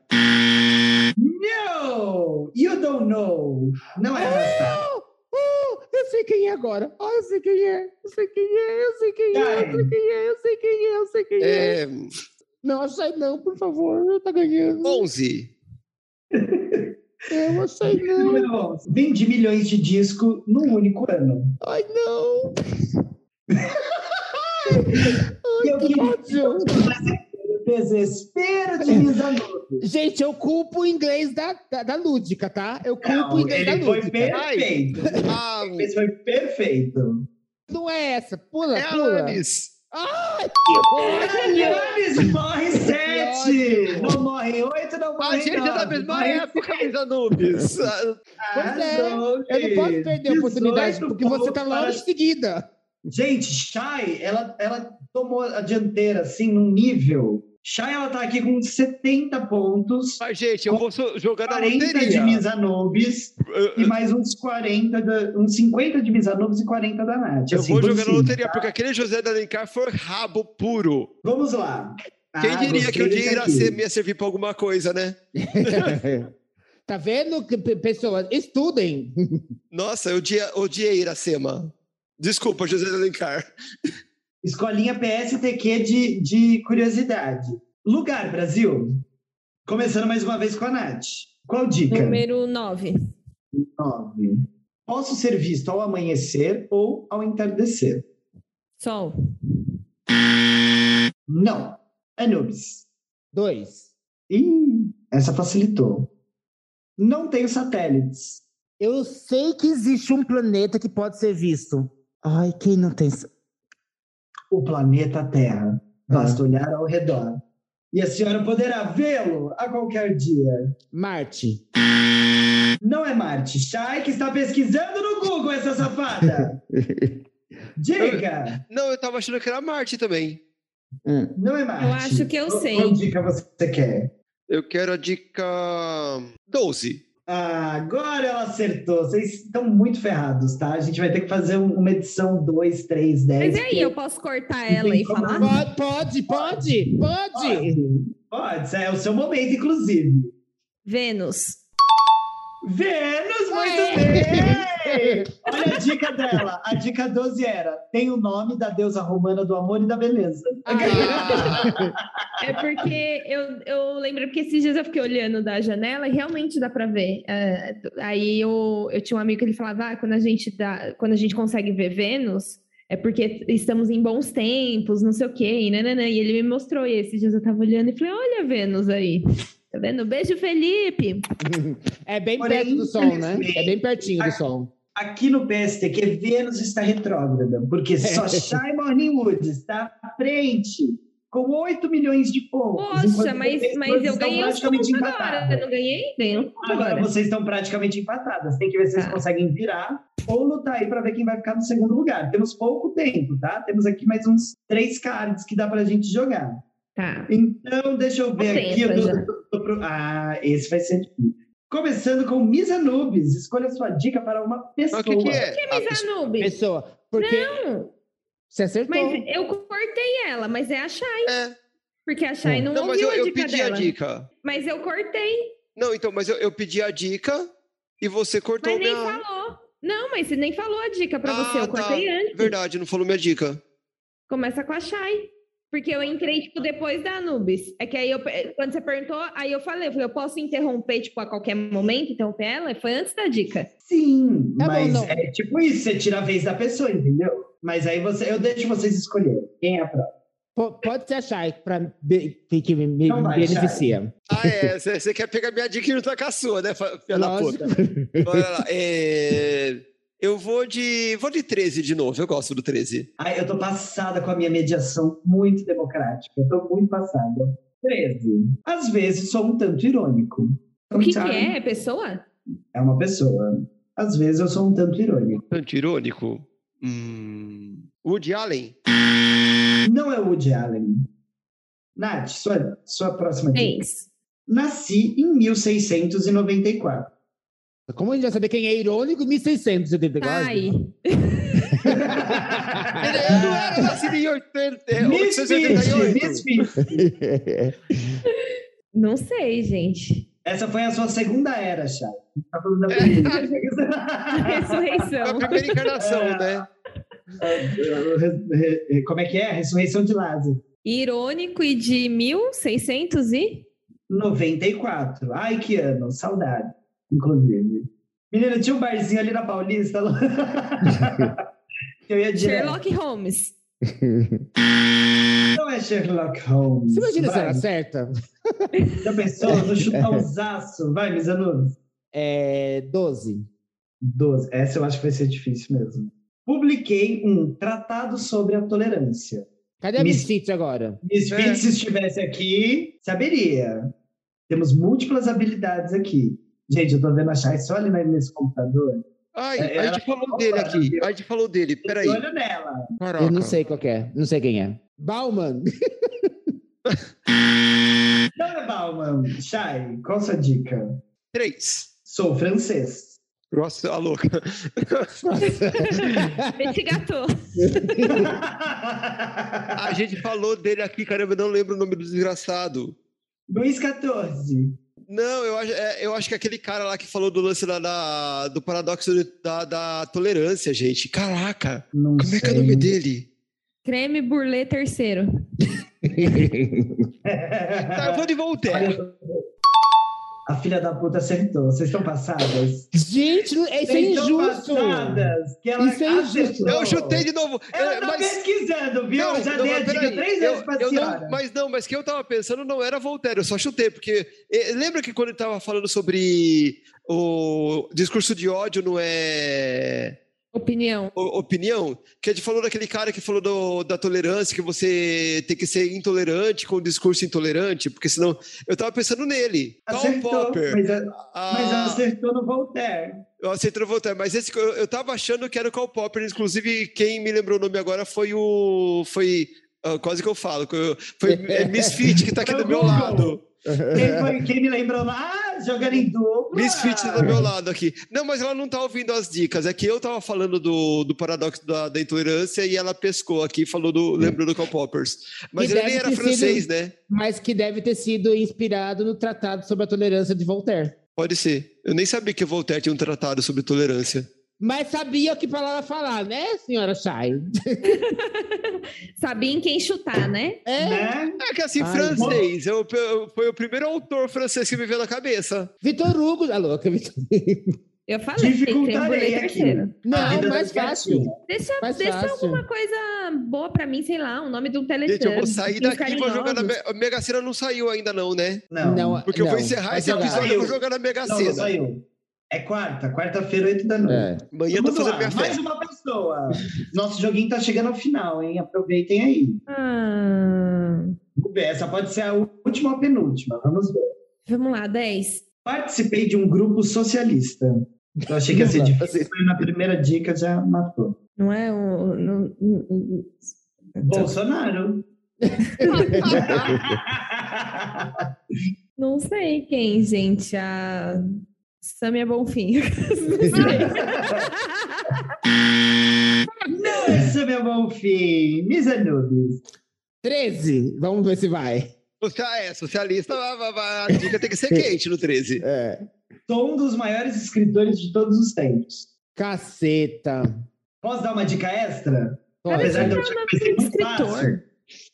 S1: No! You don't know. Não é arrastar.
S4: Oh, oh, eu sei quem é agora. Oh, eu sei quem é. Eu sei quem é. Eu sei quem é. Eu sei quem é. Eu sei quem é. Eu sei quem é.
S2: É,
S4: Não, achei não, por favor. Eu tá ganhando.
S2: 11.
S4: Eu achei não.
S1: Número 11. Vende milhões de disco num único ano.
S4: Ai, não.
S1: Eu
S4: Ai, que
S1: queria-
S4: ódio.
S1: O desespero de Misanuto.
S4: Gente, eu culpo o inglês da, da, da Lúdica, tá? Eu culpo o inglês da
S1: Ele foi
S4: Lúdica.
S1: perfeito.
S2: Ah,
S1: Ele foi perfeito.
S4: Não é essa. Pula,
S2: é a
S4: pula.
S2: Anis.
S4: Ai,
S1: Anis morre sete. Não morre oito, não
S2: A
S1: morre
S2: gente é
S1: nove.
S2: da mesma
S1: Morre
S2: época, Miss Anubis. Ah,
S4: Pois é,
S1: Arrasou,
S4: eu não posso
S1: filho.
S4: perder a oportunidade,
S1: 18
S4: porque você tá logo em
S1: pontos
S4: seguida.
S1: Gente, Shai, ela, ela tomou a dianteira, assim, num nível. Shai, ela tá aqui com 70 pontos,
S2: Mas, Ah, gente, eu vou so- jogar na
S1: 40 de
S2: loteria. Uh,
S1: Misanobis
S2: Eu-
S1: e mais uns 40, da, uns 50 de Misanobis e 40 da Nath.
S2: Eu
S1: assim,
S2: vou
S1: por
S2: jogar na
S1: cima.
S2: loteria, porque aquele José da Alencar foi rabo puro.
S1: Vamos lá.
S2: Quem
S1: Ah,
S2: diria que
S1: gostei
S2: o
S1: desse
S2: dia irá
S1: aqui.
S2: ser, ia servir pra alguma coisa, né?
S4: tá vendo, que pe- pessoas? Estudem.
S2: Nossa, eu dia, odiei Iracema. Desculpa, José de Alencar.
S1: Escolinha PSTQ de, de curiosidade. Lugar, Brasil. Começando mais uma vez com a Nath. Qual dica?
S3: Número 9.
S1: Nove. Posso ser visto ao amanhecer ou ao entardecer?
S3: Sol.
S1: Não. Anubis.
S4: Dois.
S1: Ih, essa facilitou. Não tenho satélites.
S4: Eu sei que existe um planeta que pode ser visto. Ai, quem não tem. sa-
S1: O planeta Terra. Basta olhar ao redor. E a senhora poderá vê-lo a qualquer dia.
S4: Marte.
S1: Não é Marte. Chay que está pesquisando no Google essa safada. Dica.
S2: Não, eu tava achando que era Marte também.
S4: Hum.
S1: Não é Marte.
S3: Eu acho que eu
S1: Qual-
S3: sei.
S1: Qual dica você quer?
S2: Eu quero a dica 12.
S1: Ah, agora ela acertou. Vocês estão muito ferrados, tá? A gente vai ter que fazer um- uma edição 2, 3, 10.
S3: Mas e aí, eu posso cortar
S1: Não
S3: ela
S1: É tem
S3: e
S1: como
S3: falar?
S4: Pode, pode, pode, pode.
S1: Pode, pode. É o seu momento, inclusive.
S3: Vênus.
S1: Vênus, muito
S4: Aê!
S1: bem! Olha a dica dela. A dica 12 era: tem o nome da deusa romana do amor e da beleza.
S2: Ah,
S3: É porque eu, eu lembro porque esses dias eu fiquei olhando da janela e realmente dá pra ver. É, aí eu, eu tinha um amigo que ele falava: ah, quando a gente dá, quando a gente consegue ver Vênus, é porque estamos em bons tempos, não sei o quê, e, nananã. e ele me mostrou e esses dias eu tava olhando e falei: olha Vênus aí. Tá vendo? Beijo, Felipe!
S4: É bem
S1: Porém,
S4: perto do som, né?
S1: infelizmente,
S4: É bem pertinho do som.
S1: Aqui no PSTQ, Vênus está retrógrada, porque só Shy Morningwood está à frente, com 8 milhões de pontos.
S3: Poxa,
S1: enquanto
S3: mas,
S1: vocês
S3: mas
S1: todos
S3: eu
S1: estão
S3: ganhei os
S1: praticamente
S3: pontos agora.
S1: empatadas.
S3: Eu não ganhei? Ganhei um ponto
S1: Agora
S3: agora.
S1: vocês estão praticamente empatadas. Tem que ver se vocês
S3: Tá.
S1: conseguem virar ou lutar aí para ver quem vai ficar no segundo lugar. Temos pouco tempo, tá? Temos aqui mais uns três cards que dá para a gente jogar.
S3: Tá.
S1: Então, deixa eu ver
S3: Tenta
S1: aqui. eu tô-
S3: já.
S1: tô- tô pro- Ah, esse vai ser difícil. Começando com Misa Anubis. Escolha sua dica para uma
S2: Mas
S1: pessoa.
S2: o que, que é?
S3: Mas Anubis,
S4: Pessoa, porque
S3: não,
S4: você acertou.
S3: mas eu cortei ela, mas é a Shai,
S2: Ah, é.
S3: porque a Shai não,
S2: Não, mas
S3: ouviu
S2: eu, eu
S3: a dica
S2: pedi
S3: dela.
S2: a dica.
S3: Mas eu cortei,
S2: Não, então, mas eu, eu pedi a dica e você cortou
S3: mas nem
S2: minha.
S3: falou. Não, mas você nem falou a dica pra
S2: Ah,
S3: você, eu
S2: tá.
S3: cortei antes.
S2: Verdade, não falou minha dica.
S3: Começa com a Shai. Porque eu entrei, tipo, depois da Anubis. É que aí, eu, quando você perguntou, aí eu falei, eu falei, eu posso interromper, tipo, a qualquer momento, interromper ela? Foi antes da dica.
S1: Sim,
S4: Tá bom,
S1: mas
S4: não.
S1: é tipo isso, você tira a vez da pessoa, entendeu? Mas aí você, eu deixo vocês escolherem quem é a próxima.
S4: Po- pode se achar pra, be- que me, me-
S1: Então
S4: me
S1: vai,
S4: beneficia.
S2: Ah, é. Você quer pegar minha dica e não tá com a sua, né, fa- filha da puta?
S4: Lógico.
S2: Bora lá. É, Eu vou de. Vou de 13 de novo. Eu gosto do 13.
S1: Ai, eu tô passada com a minha mediação muito democrática. Eu tô muito passada. 13. Às vezes sou um tanto irônico.
S3: O que, que
S1: Sometimes-
S3: é, pessoa?
S1: É uma pessoa. Às vezes eu sou um tanto irônico.
S2: Tanto irônico. Hum... Woody Allen?
S1: Não é o Woody Allen. Nath, sua, sua próxima dica.
S3: Três.
S1: Nasci
S4: É,
S1: em 1694.
S4: Como a gente vai saber quem é irônico? 1684.
S3: Ai,
S2: É, Eu não era nascido em 80, é,
S1: é um Miss Fit,
S2: 878.
S1: Miss Fit.
S3: não sei, gente.
S1: Essa foi a sua segunda era, Chay. Tá falando da primeira.
S2: Foi a
S3: Ressurreição.
S2: primeira encarnação, né?
S1: Como é que é? Ressurreição de Lázaro.
S3: Irônico e de 1600 e...
S1: 94. Ai, que ano. Saudade, inclusive. Menina, tinha um barzinho ali na Paulista. que eu ia direto.
S3: Sherlock Holmes.
S1: Não é Sherlock Holmes.
S4: Você imagina se
S1: Vai,
S4: ela acerta?
S1: Já pensou? Eu Vou chutar uns aços. Vai, Mizanus.
S4: É 12.
S1: 12. Essa eu acho que vai ser difícil mesmo. Publiquei um tratado sobre a tolerância.
S4: Cadê a
S1: Miss-
S4: Misfit agora?
S1: Miss Fit,
S2: É.
S1: se estivesse aqui, saberia. Temos múltiplas habilidades aqui. Gente, eu tô vendo a Chay só ali na- nesse computador.
S2: Ai,
S1: É,
S2: a
S1: ela-
S2: gente falou dele aqui. A gente falou dele. Peraí.
S1: Eu olho nela.
S2: Caraca.
S4: Eu não sei qual que é. Não sei quem é. Bauman.
S1: Não é Bauman. Chay, qual sua dica?
S2: Três.
S1: Sou francês.
S2: Nossa, a louca.
S3: Esse gato.
S2: A gente falou dele aqui, caramba, eu não lembro o nome do desgraçado.
S1: Luiz XIV.
S2: Não, eu acho, é, eu acho que aquele cara lá que falou do lance lá da, do paradoxo de- da, da tolerância, gente. Caraca!
S1: Não
S2: Como é que é o
S1: sei.
S2: nome dele?
S3: Creme Burlê terceiro.
S2: Tá, eu vou de Voltaire.
S1: Olha, A filha da puta acertou. Vocês estão passadas?
S4: Gente, não- é- isso é
S1: Vocês estão
S4: injusto.
S1: passadas, que ela
S4: Isso é injusto.
S1: acertou.
S2: Eu chutei de novo.
S1: Ela
S2: é,
S1: tá pesquisando, viu?
S2: Não,
S1: Já
S2: não,
S1: dei a
S2: mas
S1: dica
S2: peraí,
S1: três
S2: eu-
S1: vezes pra
S2: eu não-
S1: senhora.
S2: Mas não, mas que eu tava pensando não era Voltaire, eu só chutei, porque eh, lembra que quando ele tava falando sobre o discurso de ódio não é
S3: Opinião.
S2: o- opinião, que a gente falou daquele cara que falou do- da tolerância, que você tem que ser intolerante com o discurso intolerante, porque senão. Eu tava pensando nele. Karl
S1: Acertou,
S2: Popper.
S1: mas, a-
S2: um Ah,
S1: mas ela acertou no Voltaire.
S2: eu aceito voltar, mas esse que eu, eu tava achando que era o Karl Popper, inclusive quem me lembrou o nome agora foi o. Foi. ah, quase que eu falo. que eu- Foi é Misfit que tá aqui do meu lado.
S1: Quem, foi- quem me lembrou lá? Ah, jogando em dupla.
S4: Ah.
S2: Misfit tá do meu lado aqui. Não, mas ela não tá ouvindo as dicas. É que eu tava falando do, do paradoxo da, da intolerância e ela pescou aqui, e falou do. Lembrou do Karl Poppers. Mas
S4: Que
S2: ele
S4: deve
S2: nem era
S4: ter sido-
S2: francês, né?
S4: Mas que deve ter sido inspirado no Tratado sobre a Tolerância de Voltaire.
S2: Pode ser. Eu nem sabia que Voltaire tinha um tratado sobre tolerância.
S4: Mas sabia o que palavra falar, né, senhora Chay?
S3: Sabia em quem chutar, né?
S4: É,
S1: Né?
S2: É que assim,
S4: Ai,
S2: francês. Eu, eu- foi o primeiro autor francês que me veio na cabeça.
S4: Vitor Hugo. Ah, louca, Vitor.
S3: Eu falei. tem creme
S1: Dificultarei
S3: brulee
S1: aqui.
S3: terceiro.
S4: É. Não,
S1: A vida
S4: mais
S1: das
S4: fácil.
S1: gatinhas.
S3: Deixa,
S4: Mais
S3: deixa
S4: fácil.
S3: alguma coisa boa pra mim, sei lá, o nome de um
S2: Gente, eu
S4: é,
S3: telefone.
S2: vou sair daqui e vou jogar na. Me- A Mega Sena não saiu ainda, não, né?
S1: Não, não,
S4: Não,
S2: Porque eu vou
S4: não,
S2: encerrar
S4: vai
S2: esse
S4: jogar.
S2: episódio e vou
S1: Saiu.
S2: jogar na Mega
S1: não
S2: Sena.
S1: saiu. É quarta, quarta-feira, oito da noite.
S4: É.
S2: Amanhã eu tô
S1: Vamos
S2: fazendo
S1: lá,
S2: minha
S1: mais
S2: festa.
S1: uma pessoa. Nosso joguinho tá chegando ao final, hein? Aproveitem aí.
S3: Ah,
S1: Vamos ver, Essa pode ser a última ou a penúltima. Vamos ver.
S3: vamos lá, 10.
S1: Participei de um grupo socialista. Eu achei que ia ser
S4: um-
S2: Assim,
S1: difícil, mas na primeira dica já matou.
S3: Não é o. não-
S1: Bolsonaro.
S3: Não sei quem, gente. A Samia Bonfim. Não
S1: Não, esse é meu bom fim. Misa Nubes.
S4: 13. Vamos ver se vai.
S2: Social- é, socialista, a, a- a dica tem que ser quente no 13.
S4: É.
S1: Sou um dos maiores escritores de todos os tempos.
S4: Caceta.
S1: Posso dar uma dica extra?
S4: Pode.
S1: Apesar de eu achar
S3: sei. é
S1: que vai ser muito
S3: Escritor.
S1: fácil.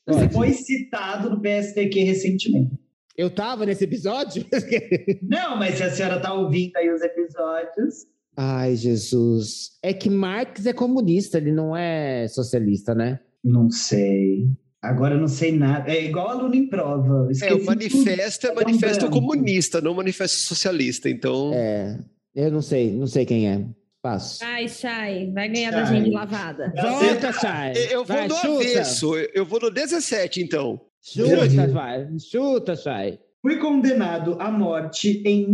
S1: Você foi citado no PSTQ recentemente.
S4: Eu tava nesse episódio?
S1: Não, mas se a senhora tá ouvindo aí os episódios,
S4: Ai, Jesus. É que Marx é comunista, ele não é socialista, né?
S1: não sei. Agora eu não sei nada. É igual aluno em prova.
S2: É,
S1: Esqueci
S2: o manifesto é
S1: tudo.
S2: manifesto
S1: Lembrando.
S2: comunista, não manifesto socialista. Então,
S4: É. Eu não sei, não sei quem é. Passo.
S3: Vai, Chay, vai ganhar da
S1: Chay.
S3: gente lavada.
S4: Volta, Chay.
S1: É,
S2: eu- eu vou
S4: Vai,
S2: no avesso, eu- eu vou no 17, então.
S4: Chuta, vai. Chuta, Chay.
S1: Foi condenado à morte em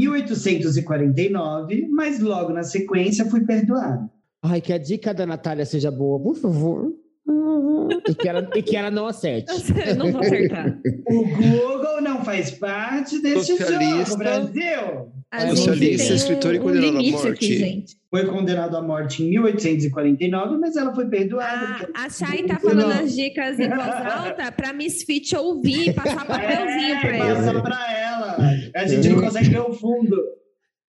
S1: 1849, mas logo na sequência fui perdoado.
S4: Ai, que a dica da Natália seja boa, por favor. E que ela, e que ela não acerte.
S3: Eu não vou acertar.
S1: O Google não faz parte deste
S2: Socialista.
S1: jogo, Brasil!
S3: A
S4: É,
S3: gente
S4: socialista,
S3: tem um-
S2: escritor e
S3: um
S2: condenado à
S3: limite
S2: morte.
S3: Aqui, gente.
S1: Foi condenado à morte em 1849, mas ela foi perdoada.
S3: A, a Chay tá falando as dicas em voz alta pra Miss Fit ouvir e passar papelzinho pra ela.
S1: é, passa pra ela. A gente não consegue ver o fundo.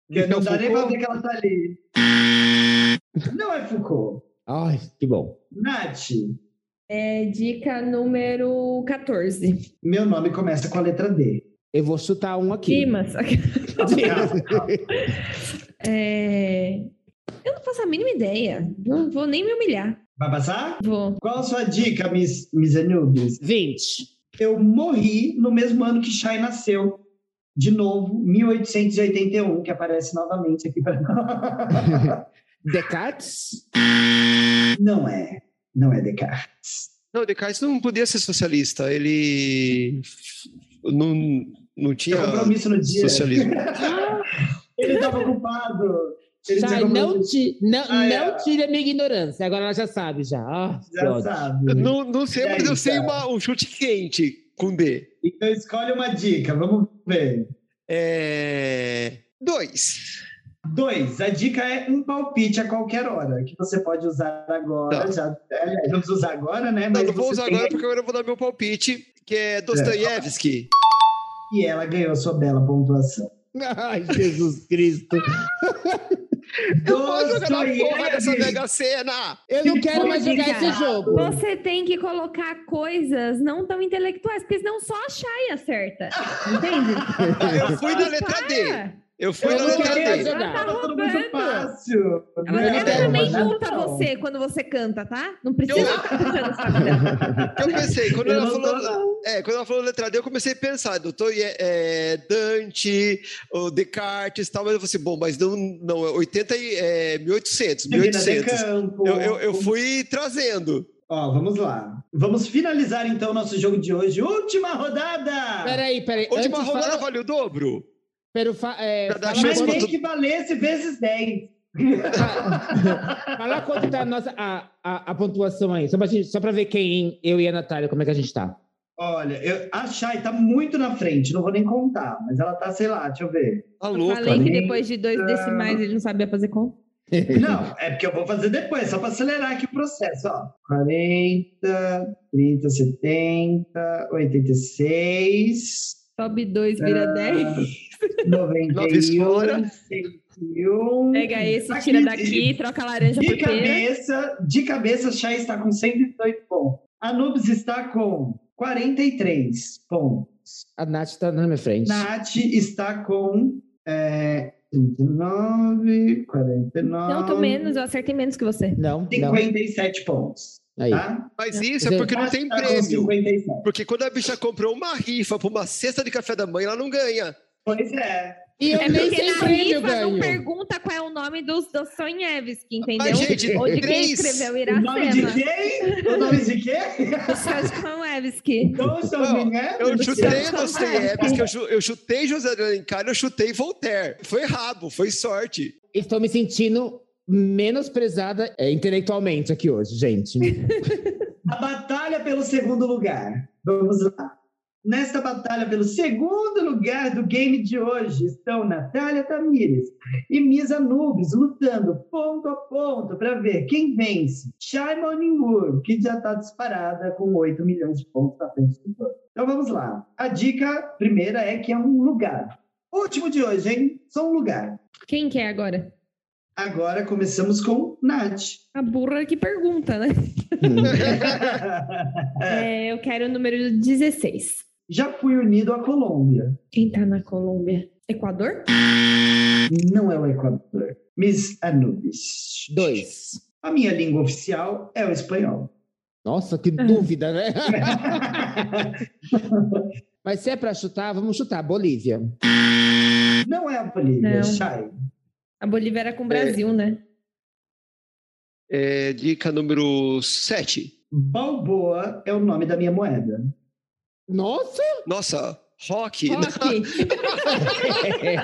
S1: Porque não dá nem pra ver que ela tá ali. Não é Foucault.
S4: Ai, que bom.
S1: Nath,
S3: É, dica número 14.
S1: meu nome começa com a letra D.
S4: Eu vou chutar um aqui.
S3: Dimas. É, Eu não faço a mínima ideia. Não vou nem me humilhar.
S1: Vai passar?
S3: Vou.
S1: Qual a sua dica, Miss, Miss Anubis?
S4: 20.
S1: Eu morri no mesmo ano que Shai nasceu. De novo, 1881, que aparece novamente aqui para nós.
S4: Descartes?
S1: Não é. Não é Descartes.
S2: Não, Descartes não podia ser socialista, ele não, não
S1: Tem
S2: tinha
S1: É Tá um compromisso no dia.
S2: socialismo.
S1: Ele estava ocupado. Ele
S4: Chay,
S1: tinha
S4: não,
S1: compromisso,
S4: ti, não,
S1: Ah, é.
S4: não tire a minha ignorância. Agora ela já sabe, já. Ah, que
S1: já
S4: ódio.
S1: sabe.
S2: Eu Não, não sei,
S1: E aí,
S2: mas eu sei
S1: cara?
S2: uma- um chute quente com D.
S1: Então escolhe uma dica, vamos ver.
S2: É... Dois.
S1: Dois, a dica é um palpite a qualquer hora, que você pode usar agora.
S2: Tá.
S1: Já, aliás, não precisa usar agora, né?
S2: Não,
S1: Mas
S2: não vou
S1: você
S2: usar
S1: tem
S2: agora porque agora eu vou dar meu palpite, que é Dostoiévski.
S1: E ela ganhou a sua bela pontuação.
S4: Ai, Jesus Cristo.
S2: Eu vou jogar na porra dessa
S1: Dostoiévski.
S2: mega cena!
S4: Eu não
S1: Que
S4: quero mais
S3: coisa,
S4: jogar
S3: cara.
S4: esse jogo.
S3: Você tem que colocar coisas não tão intelectuais, porque senão só a Chay acerta. Entende?
S1: Ah,
S2: Eu fui na letra D.
S3: Para.
S2: Eu fui
S1: Eu
S2: na
S1: não
S2: letra
S1: quero
S2: D.
S4: jogar.
S1: Ela
S3: Tá
S1: tá todo muito
S3: roubando.
S1: fácil.
S3: Ela,
S1: Não,
S3: ela
S1: não,
S3: também tá
S1: não.
S3: junta você quando você canta, tá? Não precisa
S2: Eu-
S3: ficar cantando sua vida.
S2: Eu pensei, quando
S1: Eu
S2: ela
S1: não tô,
S2: falou.
S1: não.
S2: É, quando ela falou letra D, eu comecei a pensar, doutor é, é, Dante, o Descartes e tal, mas eu falei assim, bom, mas não, não é 80 e, é, 1800,
S1: Divina de
S2: 1800.
S1: campo.
S2: Eu, eu, eu fui trazendo.
S1: Ó, vamos lá. Vamos finalizar então o nosso jogo de hoje. Última rodada!
S4: Peraí, peraí.
S2: Última
S4: Antes
S2: rodada
S4: fala-
S2: vale o dobro?
S4: Pero fa- é,
S2: Pra dar
S1: Mas
S4: fala
S2: chance
S4: quanto-
S2: pra
S1: nem que valesse vezes 10.
S4: Fala quanto tá a, nossa, a, a, a pontuação aí, só pra, gente- só pra ver quem eu e a Natália, como é que a gente tá.
S1: Olha, eu, a Chay tá muito na frente, não vou nem contar, mas ela tá, sei lá, deixa eu ver.
S2: Tá
S3: Eu
S2: louca.
S3: Falei que
S1: né?
S3: depois de dois decimais ele não sabia fazer conta.
S1: Não, é porque eu vou fazer depois, só pra acelerar aqui o processo, ó. 40, 30, 70, 86,
S3: Sobe dois, vira dez.
S1: 91,
S2: escola.
S1: 101.
S3: Pega esse, tira daqui, troca a laranja
S1: De
S3: por pera.
S1: cabeça, de cabeça, Chay está com 118 pontos. Anubis está com 43 pontos.
S4: A Nath tá na minha frente.
S1: Nath está com é, 39, 49.
S3: Não, tô menos, Então, eu acertei menos que você.
S4: Não, não.
S1: 57 pontos,
S4: Aí.
S1: tá?
S2: Mas isso é porque não
S1: Nath
S2: tem
S1: tá com
S2: prêmio.
S1: 57.
S2: Porque quando a bicha comprou uma rifa pra uma cesta de café da manhã, ela não ganha.
S1: Pois é.
S4: E eu
S3: É
S4: nem
S3: porque
S4: sei
S3: na rifa
S4: prêmio
S3: não
S4: ganho.
S3: pergunta qual é o nome dos Dostoiévski, entendeu?
S2: Mas, gente,
S3: Ou de quem
S2: três-
S3: escreveu
S1: O nome de
S3: Iracema.
S1: quem? O nome de quem?
S3: Dostoiévski.
S1: Dostoiévski.
S2: Eu chutei
S3: Você
S2: Dostoiévski, eu, chu- eu chutei José de Alencar, eu chutei Voltaire. Foi rabo, foi sorte.
S4: Estou me sentindo menosprezada é, intelectualmente aqui hoje, gente.
S1: A batalha pelo segundo lugar. Vamos lá. Nesta batalha pelo segundo lugar do game de hoje estão Natália Tamires e Misa Nubes lutando ponto a ponto para ver quem vence. Shai Morningwood, que já está disparada com 8 milhões de pontos na frente do banco. Então vamos lá. A dica primeira é que é um lugar. Último de hoje, hein? Só um lugar.
S3: Quem que é agora?
S1: Agora começamos com Nath.
S3: A burra que pergunta, né? É, eu quero o número 16.
S1: Já fui unido à Colômbia.
S3: Quem tá na Colômbia? Equador?
S1: Não é o Equador. Miss Anubis.
S4: Dois.
S1: A minha língua oficial é o espanhol.
S4: Nossa,
S1: É.
S4: que dúvida, né? Mas se é pra chutar, vamos chutar. Bolívia.
S1: Não é a Bolívia,
S3: Não.
S1: Chay.
S3: A Bolívia era com o Brasil, né?
S2: É, dica número 7.
S1: Balboa é o nome da minha moeda.
S4: Nossa!
S2: Nossa, rock.
S3: Rock.
S1: É.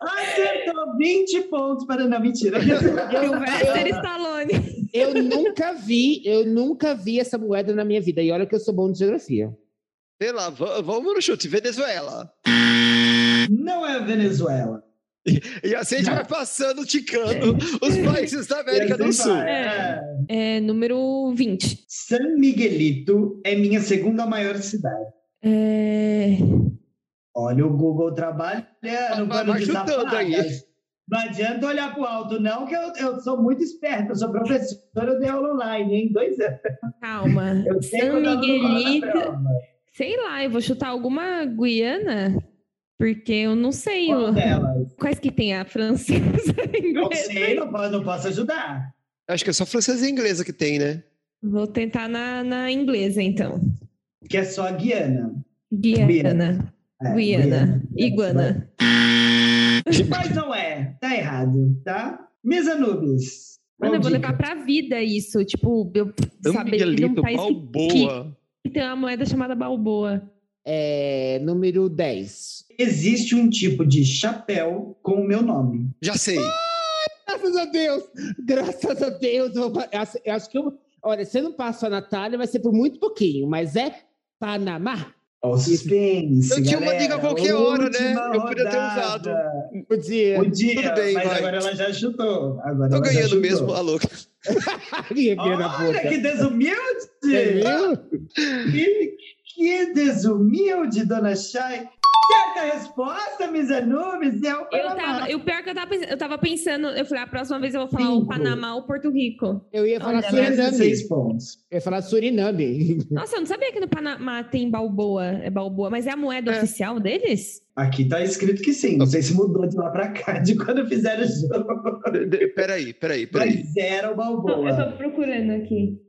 S1: Acertou 20 pontos para não mentira.
S3: Sylvester Stallone.
S4: Eu nunca vi, eu nunca vi essa moeda na minha vida. E olha que eu sou bom de geografia.
S2: Sei lá, va- vamos no chute. Venezuela.
S1: Não é a Venezuela.
S2: E assim a gente vai passando, ticando os países da América
S1: E assim
S2: do Sul.
S1: vai,
S3: É.
S1: é.
S3: É, número 20.
S1: San Miguelito é minha segunda maior cidade.
S3: É,
S1: Olha o Google trabalhando para
S2: vai chutando aí.
S1: Não adianta olhar para o alto, não, que eu, eu sou muito esperta, eu sou professora, eu dei aula online, hein? Dois anos.
S3: calma.
S1: Eu sei
S3: São
S1: quando eu não falo na
S3: Miguelito.
S1: prova.
S3: Sei lá, eu vou chutar alguma Guiana, porque eu não sei.
S1: Qual
S3: o-
S1: delas?
S3: Quais que tem a francesa a
S1: Não
S3: inglesa?
S1: sei, não posso, não posso ajudar.
S2: Acho que é só francesa e inglesa que tem, né?
S3: Vou tentar na, na inglesa, então.
S1: Que é só a Guiana.
S3: Guiana. né?
S1: É,
S3: Guiana. Iguana.
S1: Mas não é, tá errado, tá? Miss Anubis.
S3: Mano, eu vou
S1: Qual
S3: levar
S1: dica?
S3: pra vida isso. Tipo, eu
S2: São
S3: saber que tem um
S2: Miguelito,
S3: país que-
S2: Balboa.
S3: que tem uma moeda chamada Balboa.
S4: É, número 10.
S1: Existe um tipo de chapéu com o meu nome.
S2: Já sei.
S4: Graças a Deus! Graças a Deus! Eu, vou- eu acho- eu acho que eu, olha, se eu não passo a Natália, vai ser por muito pouquinho, mas é Panamá.
S1: Ó, o suspense.
S2: Eu tinha uma
S1: galera.
S2: dica a qualquer hora, né?
S1: Última
S2: Eu podia ter
S1: rodada.
S2: usado.
S4: Podia.
S1: Podia,
S2: Tudo bem,
S1: mas
S2: vai.
S1: agora ela já chutou. Agora
S2: Tô
S1: ela já
S2: ganhando
S1: chutou.
S2: mesmo, a louca.
S4: Ia ver na
S1: Olha
S4: boca.
S1: que
S4: Você é
S1: desumilde!
S4: viu?
S1: que, que desumilde, dona Chay. Certa resposta, Miss Anubis, é o
S3: Eu
S1: Panamá.
S3: tava, eu, pior que eu tava, pensando, eu tava pensando, eu falei, "Ah, a próxima vez eu vou falar
S1: Cinco.
S3: o Panamá ou Porto Rico.
S4: Eu ia falar
S3: Olha,
S4: Suriname.
S1: 16 pontos.
S4: Eu ia falar Suriname.
S3: Nossa, eu não sabia que no Panamá tem Balboa, é Balboa, mas é a moeda
S2: É.
S3: oficial deles?
S1: Aqui tá escrito que sim. Não sei se mudou de lá pra cá, de quando fizeram o jogo.
S2: De- de- Peraí, peraí, peraí.
S1: Mas era o
S3: Não, eu
S1: Balboa.
S3: tô procurando aqui.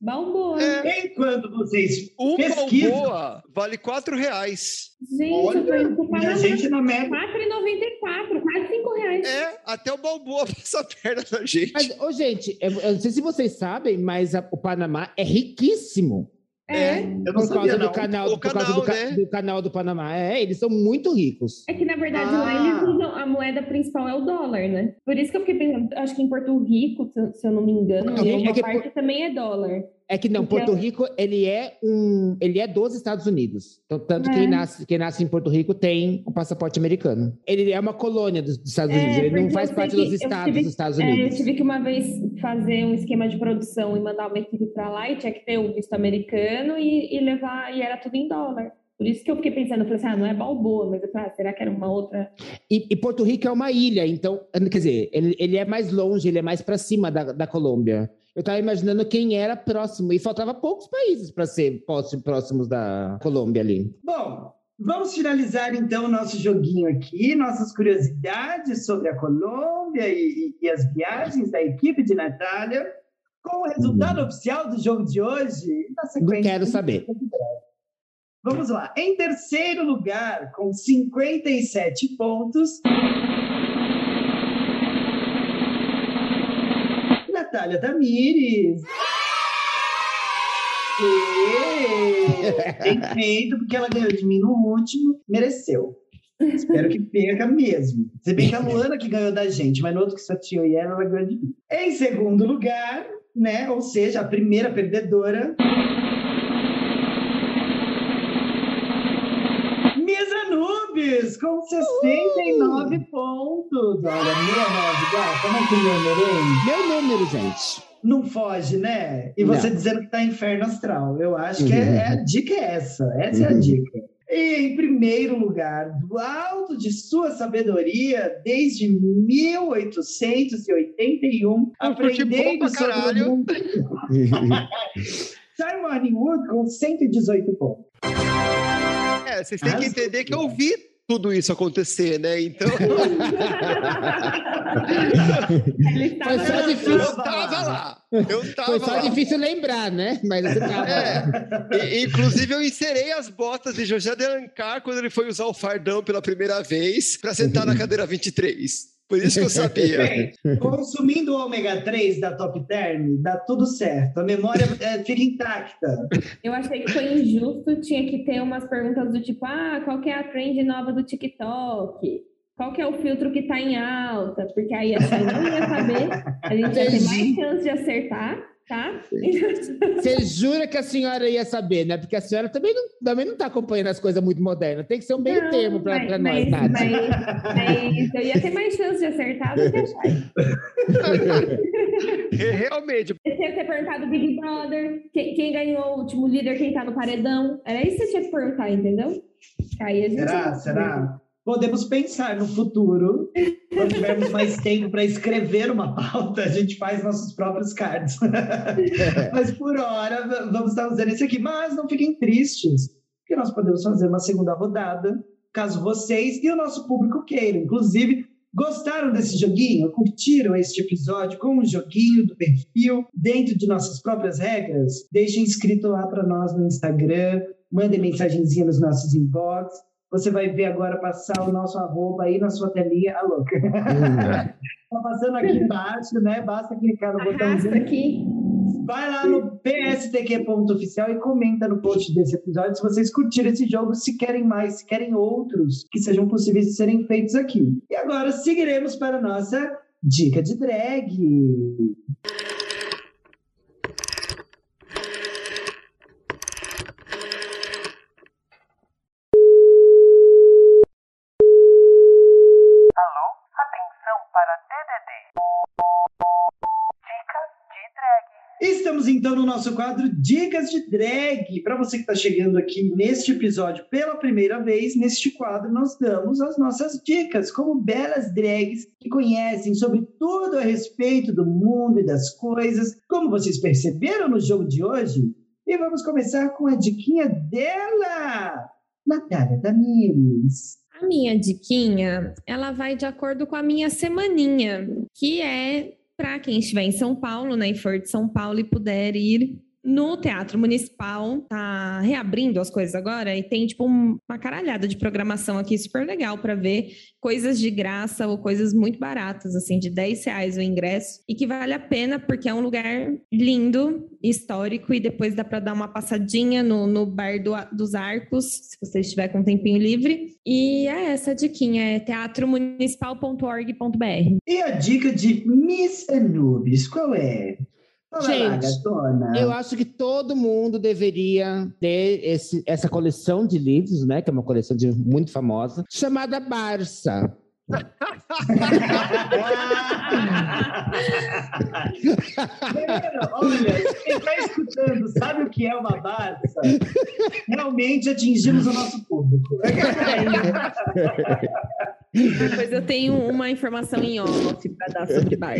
S3: Balboa.
S2: É,
S1: Enquanto vocês...
S2: um
S1: Pesquisa.
S2: Balboa vale 4 reais.
S3: Gente, eu tô
S1: Olha,
S3: indo pro
S1: a
S3: Panamá.
S1: gente na meta.
S3: 4,94, quase 5 reais.
S2: É, até o Balboa passa a perna na gente.
S4: Mas, ô, gente, eu, eu não sei se vocês sabem, mas a- o Panamá é riquíssimo.
S3: É.
S1: Eu não
S4: Por
S1: sabia,
S4: causa
S1: não.
S4: do canal,
S2: O
S4: por causa
S2: canal,
S4: do, ca-
S2: né?
S4: do canal do Panamá. É, eles são muito ricos.
S3: É que, na verdade, lá
S1: Ah.
S3: eles usam a moeda principal é o dólar, né? Por isso que eu fiquei pensando, acho que em Porto Rico, se eu, se eu não me engano, em
S4: Porto Rico é
S3: alguma
S4: que-
S3: parte também é dólar.
S4: É que não,
S3: Porque-
S4: Porto Rico, ele é um, ele é dos Estados Unidos. Então, tanto
S3: É.
S4: quem nasce, quem nasce em Porto Rico tem o passaporte americano. Ele é uma colônia dos dos Estados
S3: É,
S4: Unidos, ele não
S3: porque
S4: faz
S3: eu
S4: parte
S3: sei
S4: dos
S3: que eu
S4: estados
S3: tive-
S4: dos Estados
S3: É, eu
S4: Unidos.
S3: tive que uma vez fazer um esquema de produção e mandar uma equipe pra lá e tinha que ter o visto americano e, e levar, e era tudo em dólar. Por isso que eu fiquei pensando, eu falei assim, ah, não é balboa, mas eu falei, ah, será que era uma outra?
S4: E, e Porto Rico é uma ilha, então, quer dizer, ele, ele é mais longe, ele é mais para cima da, da Colômbia. Eu estava imaginando quem era próximo, e faltava poucos países para ser próximo- próximos da Colômbia ali.
S1: Bom, vamos finalizar então o nosso joguinho aqui, nossas curiosidades sobre a Colômbia e, e- e as viagens da equipe de Natália, com o resultado oficial do jogo de hoje. Tá Na
S4: Não
S1: sequência,
S4: quero saber.
S1: Vamos lá. Em terceiro lugar, com 57 pontos. Natália Tamires. E- Bem feito, porque ela ganhou de mim no último, mereceu. Espero que perca mesmo. Se bem que a Luana que ganhou da gente, mas no outro que só tinha eu e ela, ela ganhou de mim. Em segundo lugar, né? Ou seja, a primeira perdedora, Misa Nubes, com 69
S2: Uh!
S1: pontos. Olha, 69, gata, como é que meu merende?
S4: Meu número, gente.
S1: Não foge,
S2: Uhum.
S1: né? E você dizendo que tá em inferno astral. Eu acho que é, é a dica é essa. Essa é a
S4: Uhum.
S1: dica. E, em primeiro lugar, do alto de sua sabedoria, desde 1881,
S2: futebol pra
S1: aprendendo sobre
S2: caralho.
S1: o mundo. Simon Wood com 118 pontos.
S2: É, vocês têm
S4: Ah,
S2: que entender que eu vi tudo isso acontecer, né? Então,
S3: Ele está
S4: Mas só
S3: na-
S4: de
S2: eu tava lá. Eu tava
S4: Foi só
S2: lá.
S4: difícil lembrar, né? Mas você tava.
S2: É, e- inclusive eu inserei as botas de José de Alencar quando ele foi usar o fardão pela primeira vez para sentar na cadeira 23. Por isso que eu sabia.
S1: Bem, consumindo o ômega 3 da Top Term, dá tudo certo. A memória eh, fica intacta.
S3: Eu achei que foi injusto, tinha que ter umas perguntas do tipo, ah, qual que é a trend nova do TikTok? Qual que é o filtro que tá em alta? Porque aí a gente não ia saber, a gente ia ter mais chance de acertar, tá?
S4: Você jura que a senhora ia saber, né? Porque a senhora também não, também não tá acompanhando as coisas muito modernas. Tem que ser um meio
S3: Não,
S4: termo pra,
S3: mas-
S4: pra nós,
S3: mas,
S4: Nath.
S3: mas, mas eu ia ter mais chance de acertar do que achar.
S2: E Realmente,
S3: Você tinha que ter perguntado Big Brother, quem, quem ganhou o último líder, quem tá no paredão. Era isso que você tinha que perguntar, entendeu? Aí a gente...
S1: Será? Será? Podemos pensar no futuro. Quando tivermos mais tempo para escrever uma pauta, a gente faz nossos próprios cards.
S4: É.
S1: Mas por hora, v- vamos estar usando esse aqui. Mas não fiquem tristes, porque nós podemos fazer uma segunda rodada, caso vocês e o nosso público queiram. Inclusive, gostaram desse joguinho? Curtiram este episódio com o joguinho do perfil, dentro de nossas próprias regras? Deixem inscrito lá para nós no Instagram, mandem mensagenzinha nos nossos inbox. Você vai ver agora passar o nosso arroba aí na sua telinha. Alô, tá passando aqui embaixo, né? Basta clicar no
S3: Arrasta
S1: botãozinho
S3: aqui.
S1: Vai lá no pstq.oficial e comenta no post desse episódio se vocês curtiram esse jogo, se querem mais, se querem outros que sejam possíveis de serem feitos aqui. E agora seguiremos para a nossa dica de drag. Estamos então no nosso quadro Dicas de Drag. Para você que está chegando aqui neste episódio pela primeira vez, neste quadro nós damos as nossas dicas como belas drags que conhecem sobre tudo a respeito do mundo e das coisas, como vocês perceberam no jogo de hoje. E vamos começar com a diquinha dela, Natália Tamires.
S3: A minha diquinha, ela vai de acordo com a minha semaninha, que é para quem estiver em São Paulo, né, e for de São Paulo e puder ir no Teatro Municipal, tá reabrindo as coisas agora e tem tipo um- uma caralhada de programação aqui super legal para ver coisas de graça ou coisas muito baratas, assim, de 10 reais o ingresso e que vale a pena porque é um lugar lindo, histórico e depois dá para dar uma passadinha no, no Bar do A- dos Arcos, se você estiver com um tempinho livre. E é essa a diquinha, é teatromunicipal.org.br.
S1: E a dica de Miss Anubis, qual é? Fala lá,
S4: Gente,
S1: gatona.
S4: Eu acho que todo mundo deveria ter esse- essa coleção de livros, né? Que é uma coleção de- muito famosa, chamada Barça.
S1: Primeiro, Olha, quem está escutando sabe o que é uma Barça? Realmente atingimos o nosso público. É né?
S3: Depois eu tenho uma informação em off para dar sobre bar.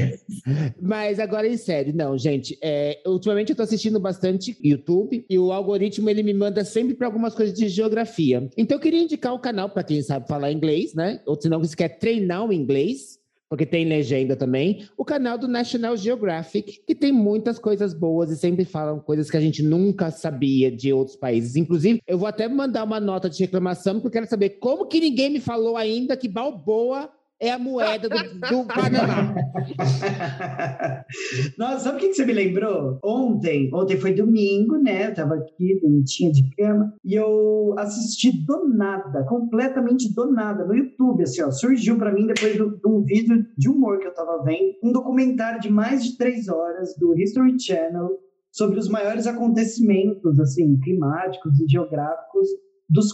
S4: Mas agora em sério, não, gente. é, ultimamente eu tô assistindo bastante YouTube e o algoritmo ele me manda sempre para algumas coisas de geografia. Então eu queria indicar o canal para quem sabe falar inglês, né? Ou se não, se quer treinar o inglês. Porque tem legenda também, o canal do National Geographic, que tem muitas coisas boas e sempre falam coisas que a gente nunca sabia de outros países. Inclusive, eu vou até mandar uma nota de reclamação, porque eu quero saber como que ninguém me falou ainda que Balboa é a moeda do, do Panamá.
S1: Nossa, sabe o que que você me lembrou? Ontem, ontem foi domingo, né? Eu tava aqui, bonitinha de cama, e eu assisti do nada, completamente do nada, no YouTube, assim, ó. Surgiu pra mim depois do- de um vídeo de humor que eu tava vendo, um documentário de mais de três horas do History Channel sobre os maiores acontecimentos, assim, climáticos e geográficos dos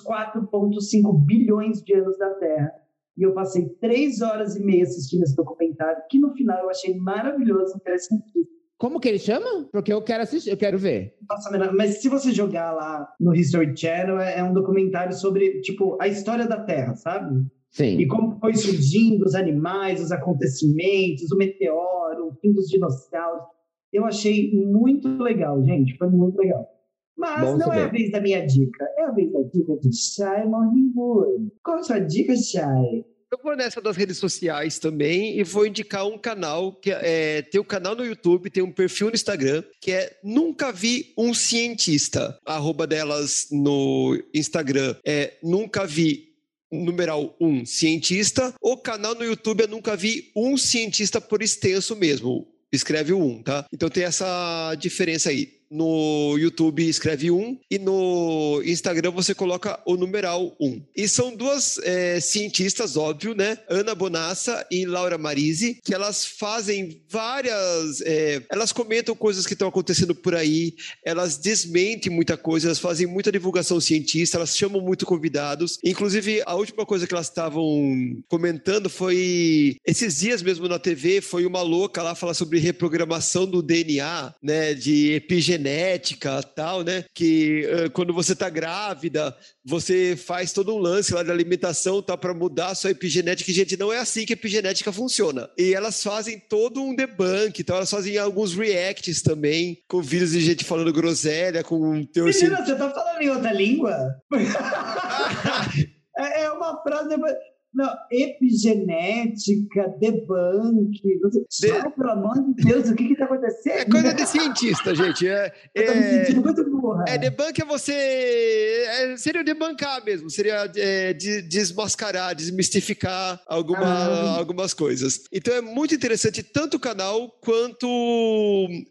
S1: 4,5 bilhões de anos da Terra. E eu passei três horas e meia assistindo esse documentário, que no final eu achei maravilhoso, interessantíssimo.
S4: Como que ele chama? Porque eu quero assistir, eu quero ver.
S1: Nossa, Mena, mas se você jogar lá no History Channel, é, é um documentário sobre, tipo, a história da Terra, sabe?
S4: Sim.
S1: E como foi surgindo os animais, os acontecimentos, o meteoro, o fim dos dinossauros. Eu achei muito legal, gente. Foi muito legal. Mas
S4: Bom
S1: não é a
S4: saber.
S1: vez da minha dica. É a vez da dica de Shai Morningwood. Qual a sua dica, Shai?
S2: Eu vou nessa das redes sociais também e vou indicar um canal que é, tem um canal no YouTube, tem um perfil no Instagram que é Nunca Vi um Cientista. A arroba delas no Instagram é Nunca Vi numeral um cientista. O canal no YouTube é Nunca Vi um cientista por extenso mesmo. Escreve o um, tá? Então tem essa diferença aí. No YouTube escreve um e no Instagram você coloca o numeral um. E são duas é, cientistas, óbvio, né? Ana Bonassa e Laura Marise, que elas fazem várias. é, elas comentam coisas que estão acontecendo por aí, elas desmentem muita coisa, elas fazem muita divulgação cientista, elas chamam muito convidados. Inclusive, a última coisa que elas estavam comentando foi esses dias mesmo na TV, foi uma louca lá falar sobre reprogramação do DNA, né, de epigenética, tal, né, que eh, quando você tá grávida, você faz todo um lance lá de alimentação, tá para mudar a sua epigenética, e, gente, não é assim que epigenética funciona. E elas fazem todo um debunk, então elas fazem alguns reacts também com vídeos de gente falando groselha, com um teor
S1: Menina, você tá falando em outra língua? é é uma frase... Não, epigenética, debunk. Shai, pelo amor de Deus, o que que tá acontecendo?
S2: É coisa de cientista, gente. É,
S1: Eu tô me
S2: é,
S1: sentindo muito burra.
S2: é debunk é você. é- seria debuncar mesmo, seria é, de- desmascarar, desmistificar alguma-
S1: Ah.
S2: algumas coisas. Então é muito interessante tanto o canal quanto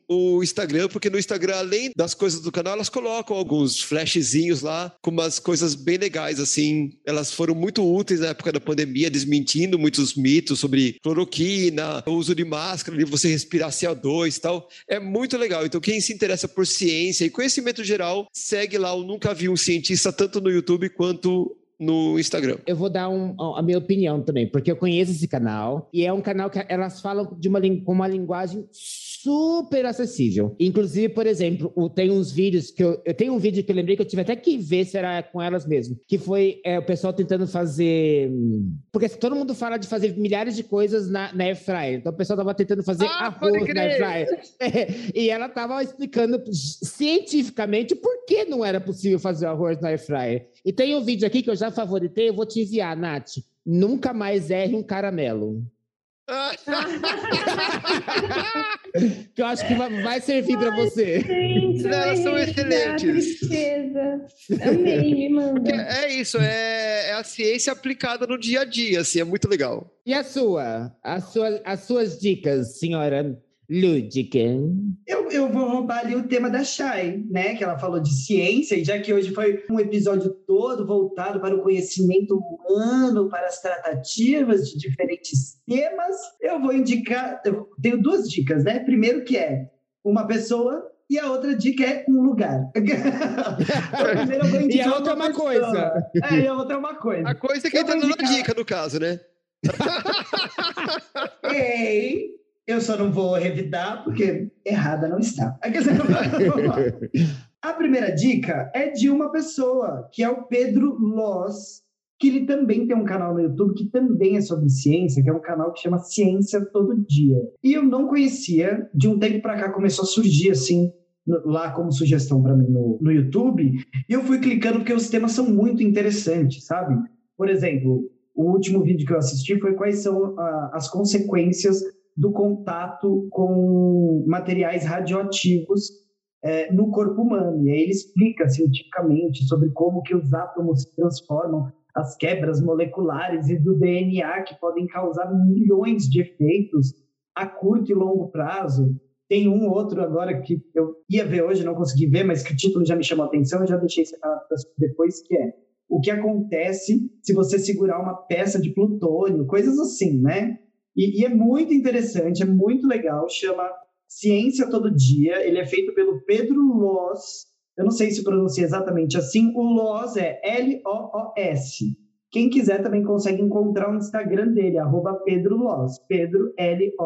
S2: o Instagram, porque no Instagram, além das coisas do canal, elas colocam alguns flashzinhos lá com umas coisas bem legais, assim. Elas foram muito úteis na época da pandemia, desmentindo muitos mitos sobre cloroquina, o uso de máscara, de você respirar CO2 e tal. É muito legal. Então, quem se interessa por ciência e conhecimento geral, segue lá o Nunca Vi um Cientista, tanto no YouTube quanto no Instagram.
S4: Eu vou dar um- a minha opinião também, porque eu conheço esse canal e é um canal que elas falam de uma, lin- com uma linguagem super acessível. Inclusive, por exemplo, o- tem uns vídeos que eu, eu tenho um vídeo que eu lembrei que eu tive até que ver se era com elas mesmo, que foi é, o pessoal tentando fazer hum, porque todo mundo fala de fazer milhares de coisas na, na airfryer, então o pessoal tava tentando fazer
S5: Ah, pode
S4: arroz na
S5: crer.
S4: airfryer É, e ela tava explicando cientificamente por que não era possível fazer arroz na airfryer. E tem um vídeo aqui que eu já favoritei, eu vou te enviar, Nath. Nunca mais erre um caramelo. Que eu acho que vai vai servir pra você.
S3: Gente,
S2: Não, elas
S3: ai,
S2: são
S3: gente, dá
S2: excelentes.
S3: Tristeza. Amei, me
S2: Porque
S3: manda.
S2: é isso, é, é a ciência aplicada no dia a dia, assim, é muito legal.
S4: E a sua? A sua as suas dicas, senhora Ludica.
S1: Eu, eu vou roubar ali o tema da Shai, né? Que ela falou de ciência, e já que hoje foi um episódio todo voltado para o conhecimento humano, para as tratativas de diferentes temas, eu vou indicar. Eu tenho duas dicas, né? Primeiro que é uma pessoa. E a outra dica é um lugar. Então, Primeiro eu vou indicar
S4: E a outra é uma
S1: pessoa.
S4: coisa.
S1: É, e a outra é uma coisa.
S2: A coisa é que
S1: Eu
S2: entra
S1: vou
S2: na
S1: indicar.
S2: dica, no caso, né?
S1: Ei, eu só não vou revidar, porque errada não está. A primeira dica é de uma pessoa, que é o Pedro Loz, que ele também tem um canal no YouTube que também é sobre ciência, que é um canal que chama Ciência Todo Dia. E eu não conhecia, de um tempo pra cá começou a surgir assim, no- lá como sugestão pra mim no, no YouTube, e eu fui clicando porque os temas são muito interessantes, sabe? Por exemplo, o último vídeo que eu assisti foi quais são ah, as consequências do contato com materiais radioativos eh, no corpo humano. E aí ele explica cientificamente sobre como que os átomos se transformam, as quebras moleculares e do DNA que podem causar milhões de efeitos a curto e longo prazo. Tem um outro agora que eu ia ver hoje, não consegui ver, mas que o título já me chamou a atenção, eu já deixei separado pra depois, que é o que acontece se você segurar uma peça de plutônio, coisas assim, né? E, e é muito interessante, é muito legal, chama Ciência Todo Dia, ele é feito pelo Pedro Loz, eu não sei se pronuncia exatamente assim, o Loz é L-O-O-S, Quem quiser também consegue encontrar o Instagram dele, arroba Pedro Loss, Pedro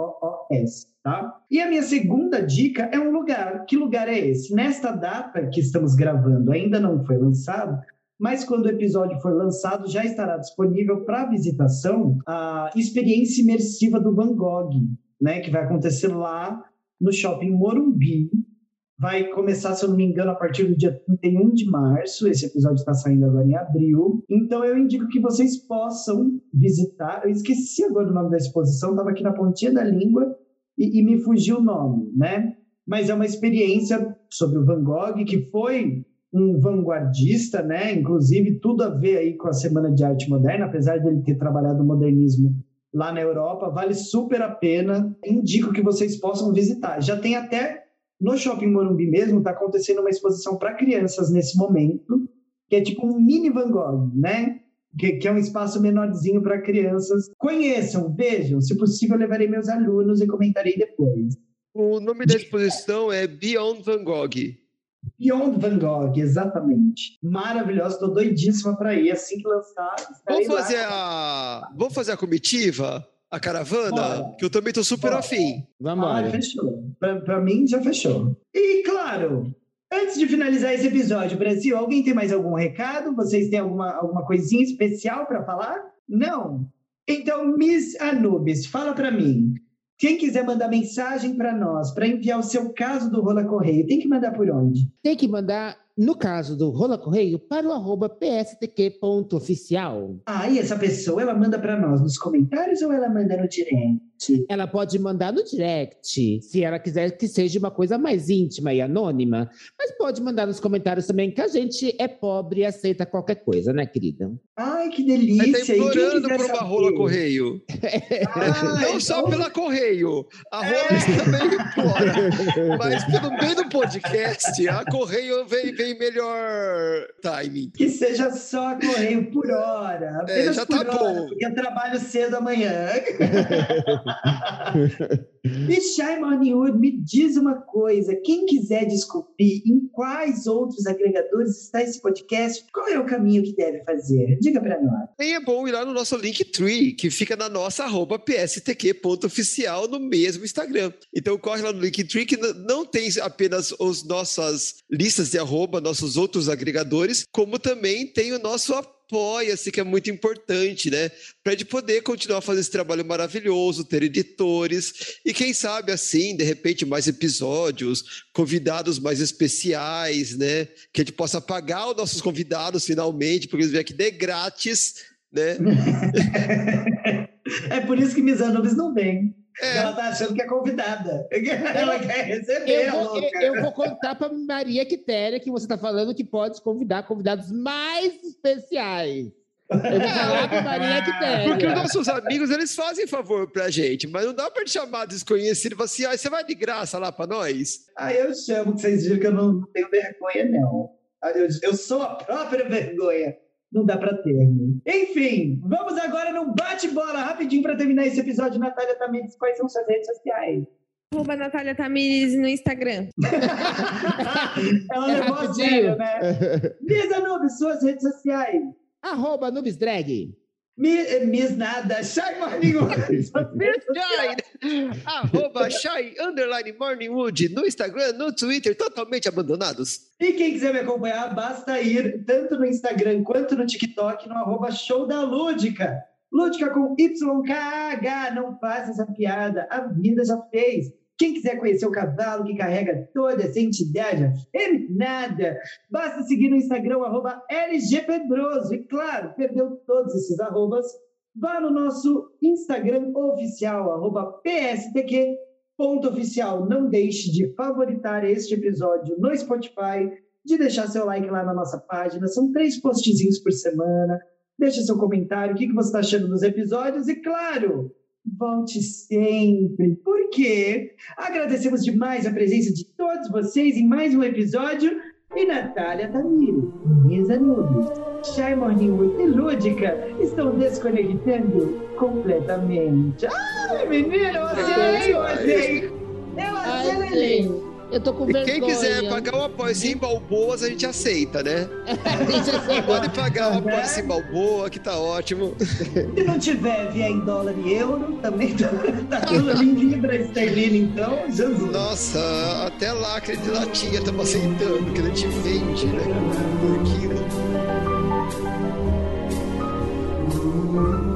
S1: L-O-O-S, tá? E a minha segunda dica é um lugar. Que lugar é esse? Nesta data que estamos gravando, ainda não foi lançado, mas quando o episódio for lançado, já estará disponível para visitação a experiência imersiva do Van Gogh, né? Que vai acontecer lá no Shopping Morumbi, vai começar, se eu não me engano, a partir do dia 31 de março. Esse episódio está saindo agora em abril. Então eu indico que vocês possam visitar. Eu esqueci agora o nome da exposição, estava aqui na pontinha da língua e, e me fugiu o nome, né? Mas é uma experiência sobre o Van Gogh, que foi um vanguardista, né? Inclusive, tudo a ver aí com a Semana de Arte Moderna, apesar dele ter trabalhado o modernismo lá na Europa, vale super a pena. Indico que vocês possam visitar. Já tem até no Shopping Morumbi mesmo, está acontecendo uma exposição para crianças nesse momento, que é tipo um mini Van Gogh, né? Que, que é um espaço menorzinho para crianças. Conheçam, vejam. Se possível, eu levarei meus alunos e comentarei depois.
S2: O nome da exposição é Beyond Van Gogh.
S1: Beyond Van Gogh, exatamente. Maravilhosa, estou doidíssima para ir. Assim que lançar, estarei
S2: Vamos fazer
S1: lá. Ah,
S2: a. Vamos fazer a comitiva? A caravana?
S1: Bora.
S2: Que eu também tô super
S1: Bora.
S2: afim.
S4: Vamos
S1: Ah, fechou. Pra, pra mim, já fechou. E, claro, antes de finalizar esse episódio, Brasil, alguém tem mais algum recado? Vocês têm alguma, alguma coisinha especial para falar? Não? Então, Miss Anubis, fala para mim. Quem quiser mandar mensagem para nós, para enviar o seu caso do Rola Correio, tem que mandar por onde?
S4: Tem que mandar, no caso do Rola Correio, para o arroba pstq.oficial.
S1: Ah, e essa pessoa, ela manda para nós nos comentários ou ela manda no direct?
S4: Ela pode mandar no direct, se ela quiser que seja uma coisa mais íntima e anônima. Mas pode mandar nos comentários também, que a gente é pobre e aceita qualquer coisa, né, querida?
S1: Ai, que
S2: Mas
S1: delícia!
S2: tá
S1: E quem
S2: implorando
S1: quiser
S2: por uma
S1: saber?
S2: rola correio.
S1: Ah,
S2: Não só
S1: então-
S2: pela correio. A
S1: É.
S2: rola também implora. Mas pelo meio do podcast, a correio vem, vem melhor timing.
S1: Que seja só correio por hora. Apenas
S2: já
S1: por
S2: tá
S1: hora,
S2: bom.
S1: Porque eu trabalho cedo amanhã. e Shimon Wood, me diz uma coisa. Quem quiser descobrir em quais outros agregadores está esse podcast, qual é o caminho que deve fazer? Diga para nós.
S2: E é bom ir lá no nosso Linktree, que fica na nossa arroba pstq.oficial no mesmo Instagram. Então corre lá no Linktree, que n- não tem apenas as nossas listas de arroba, nossos outros agregadores, como também tem o nosso apoia-se, que é muito importante, né? Para gente poder continuar fazendo esse trabalho maravilhoso, ter editores e quem sabe assim, de repente, mais episódios, convidados mais especiais, né? Que a gente possa pagar os nossos convidados finalmente, porque eles vêm aqui de grátis né?
S1: É por isso que Misanubis não vem.
S2: É,
S1: Ela tá achando que é convidada. Ela quer receber,
S2: É,
S1: a
S4: Eu vou,
S1: louca.
S4: eu- eu vou contar para Maria Quitéria que você está falando que pode convidar convidados mais especiais. Eu vou falar para Maria
S2: porque os
S4: Quitéria.
S2: nossos amigos, eles fazem favor pra gente, mas não dá pra te chamar desconhecido e falar assim, ah, você vai de graça lá pra nós?
S1: Ah, eu chamo, que vocês viram que eu não não tenho vergonha, não. Ah, Eu, eu sou a própria vergonha. Não dá pra ter. né? Enfim, vamos agora no bate-bola, rapidinho, pra terminar esse episódio. Natália Tamires, quais são suas redes sociais?
S3: Arroba Natália Tamires no Instagram.
S1: Ela
S4: É
S1: levou a
S4: rapidinho.
S1: um sério, né? Lisa Nubes, suas redes sociais.
S4: Arroba Nubes Drag.
S1: Mi- eh, Miss Nada, Shai Marinho.
S2: Shine, arroba Shine, underline Morningwood, no Instagram, no Twitter, totalmente abandonados.
S1: E quem quiser me acompanhar, basta ir tanto no Instagram quanto no TikTok, no arroba show da Lúdica. Lúdica com YKH, não faça essa piada, a vida já fez. Quem quiser conhecer o cavalo que carrega toda essa entidade afeminada, basta seguir no Instagram, arroba LGPedroso. E claro, perdeu todos esses arrobas, vá no nosso Instagram oficial, arroba PSTQ Ponto oficial, não deixe de favoritar este episódio no Spotify, de deixar seu like lá na nossa página. São três postzinhos por semana. Deixe seu comentário, o que, que você está achando dos episódios. E claro, volte sempre, porque agradecemos demais a presença de todos vocês em mais um episódio. E Natália Tamires, Misa Nubes, Shai Morningwood e Lúdica estão desconectando completamente. Ai, menino, eu acelerei hoje, hein? Eu acelerei!
S4: Eu tô com
S2: E
S4: vergonha.
S2: quem quiser pagar o apoio sem balboas, a gente aceita, né?
S4: pagar...
S2: Pode pagar o
S1: Né?
S2: apoio sem balboa, que tá ótimo.
S1: Se não tiver vier em dólar e euro, também tá, tá tudo ali em libra esterlina, então, Jesus.
S2: Nossa, até lacre de latinha estamos aceitando, que a gente vende, né? Por quilo.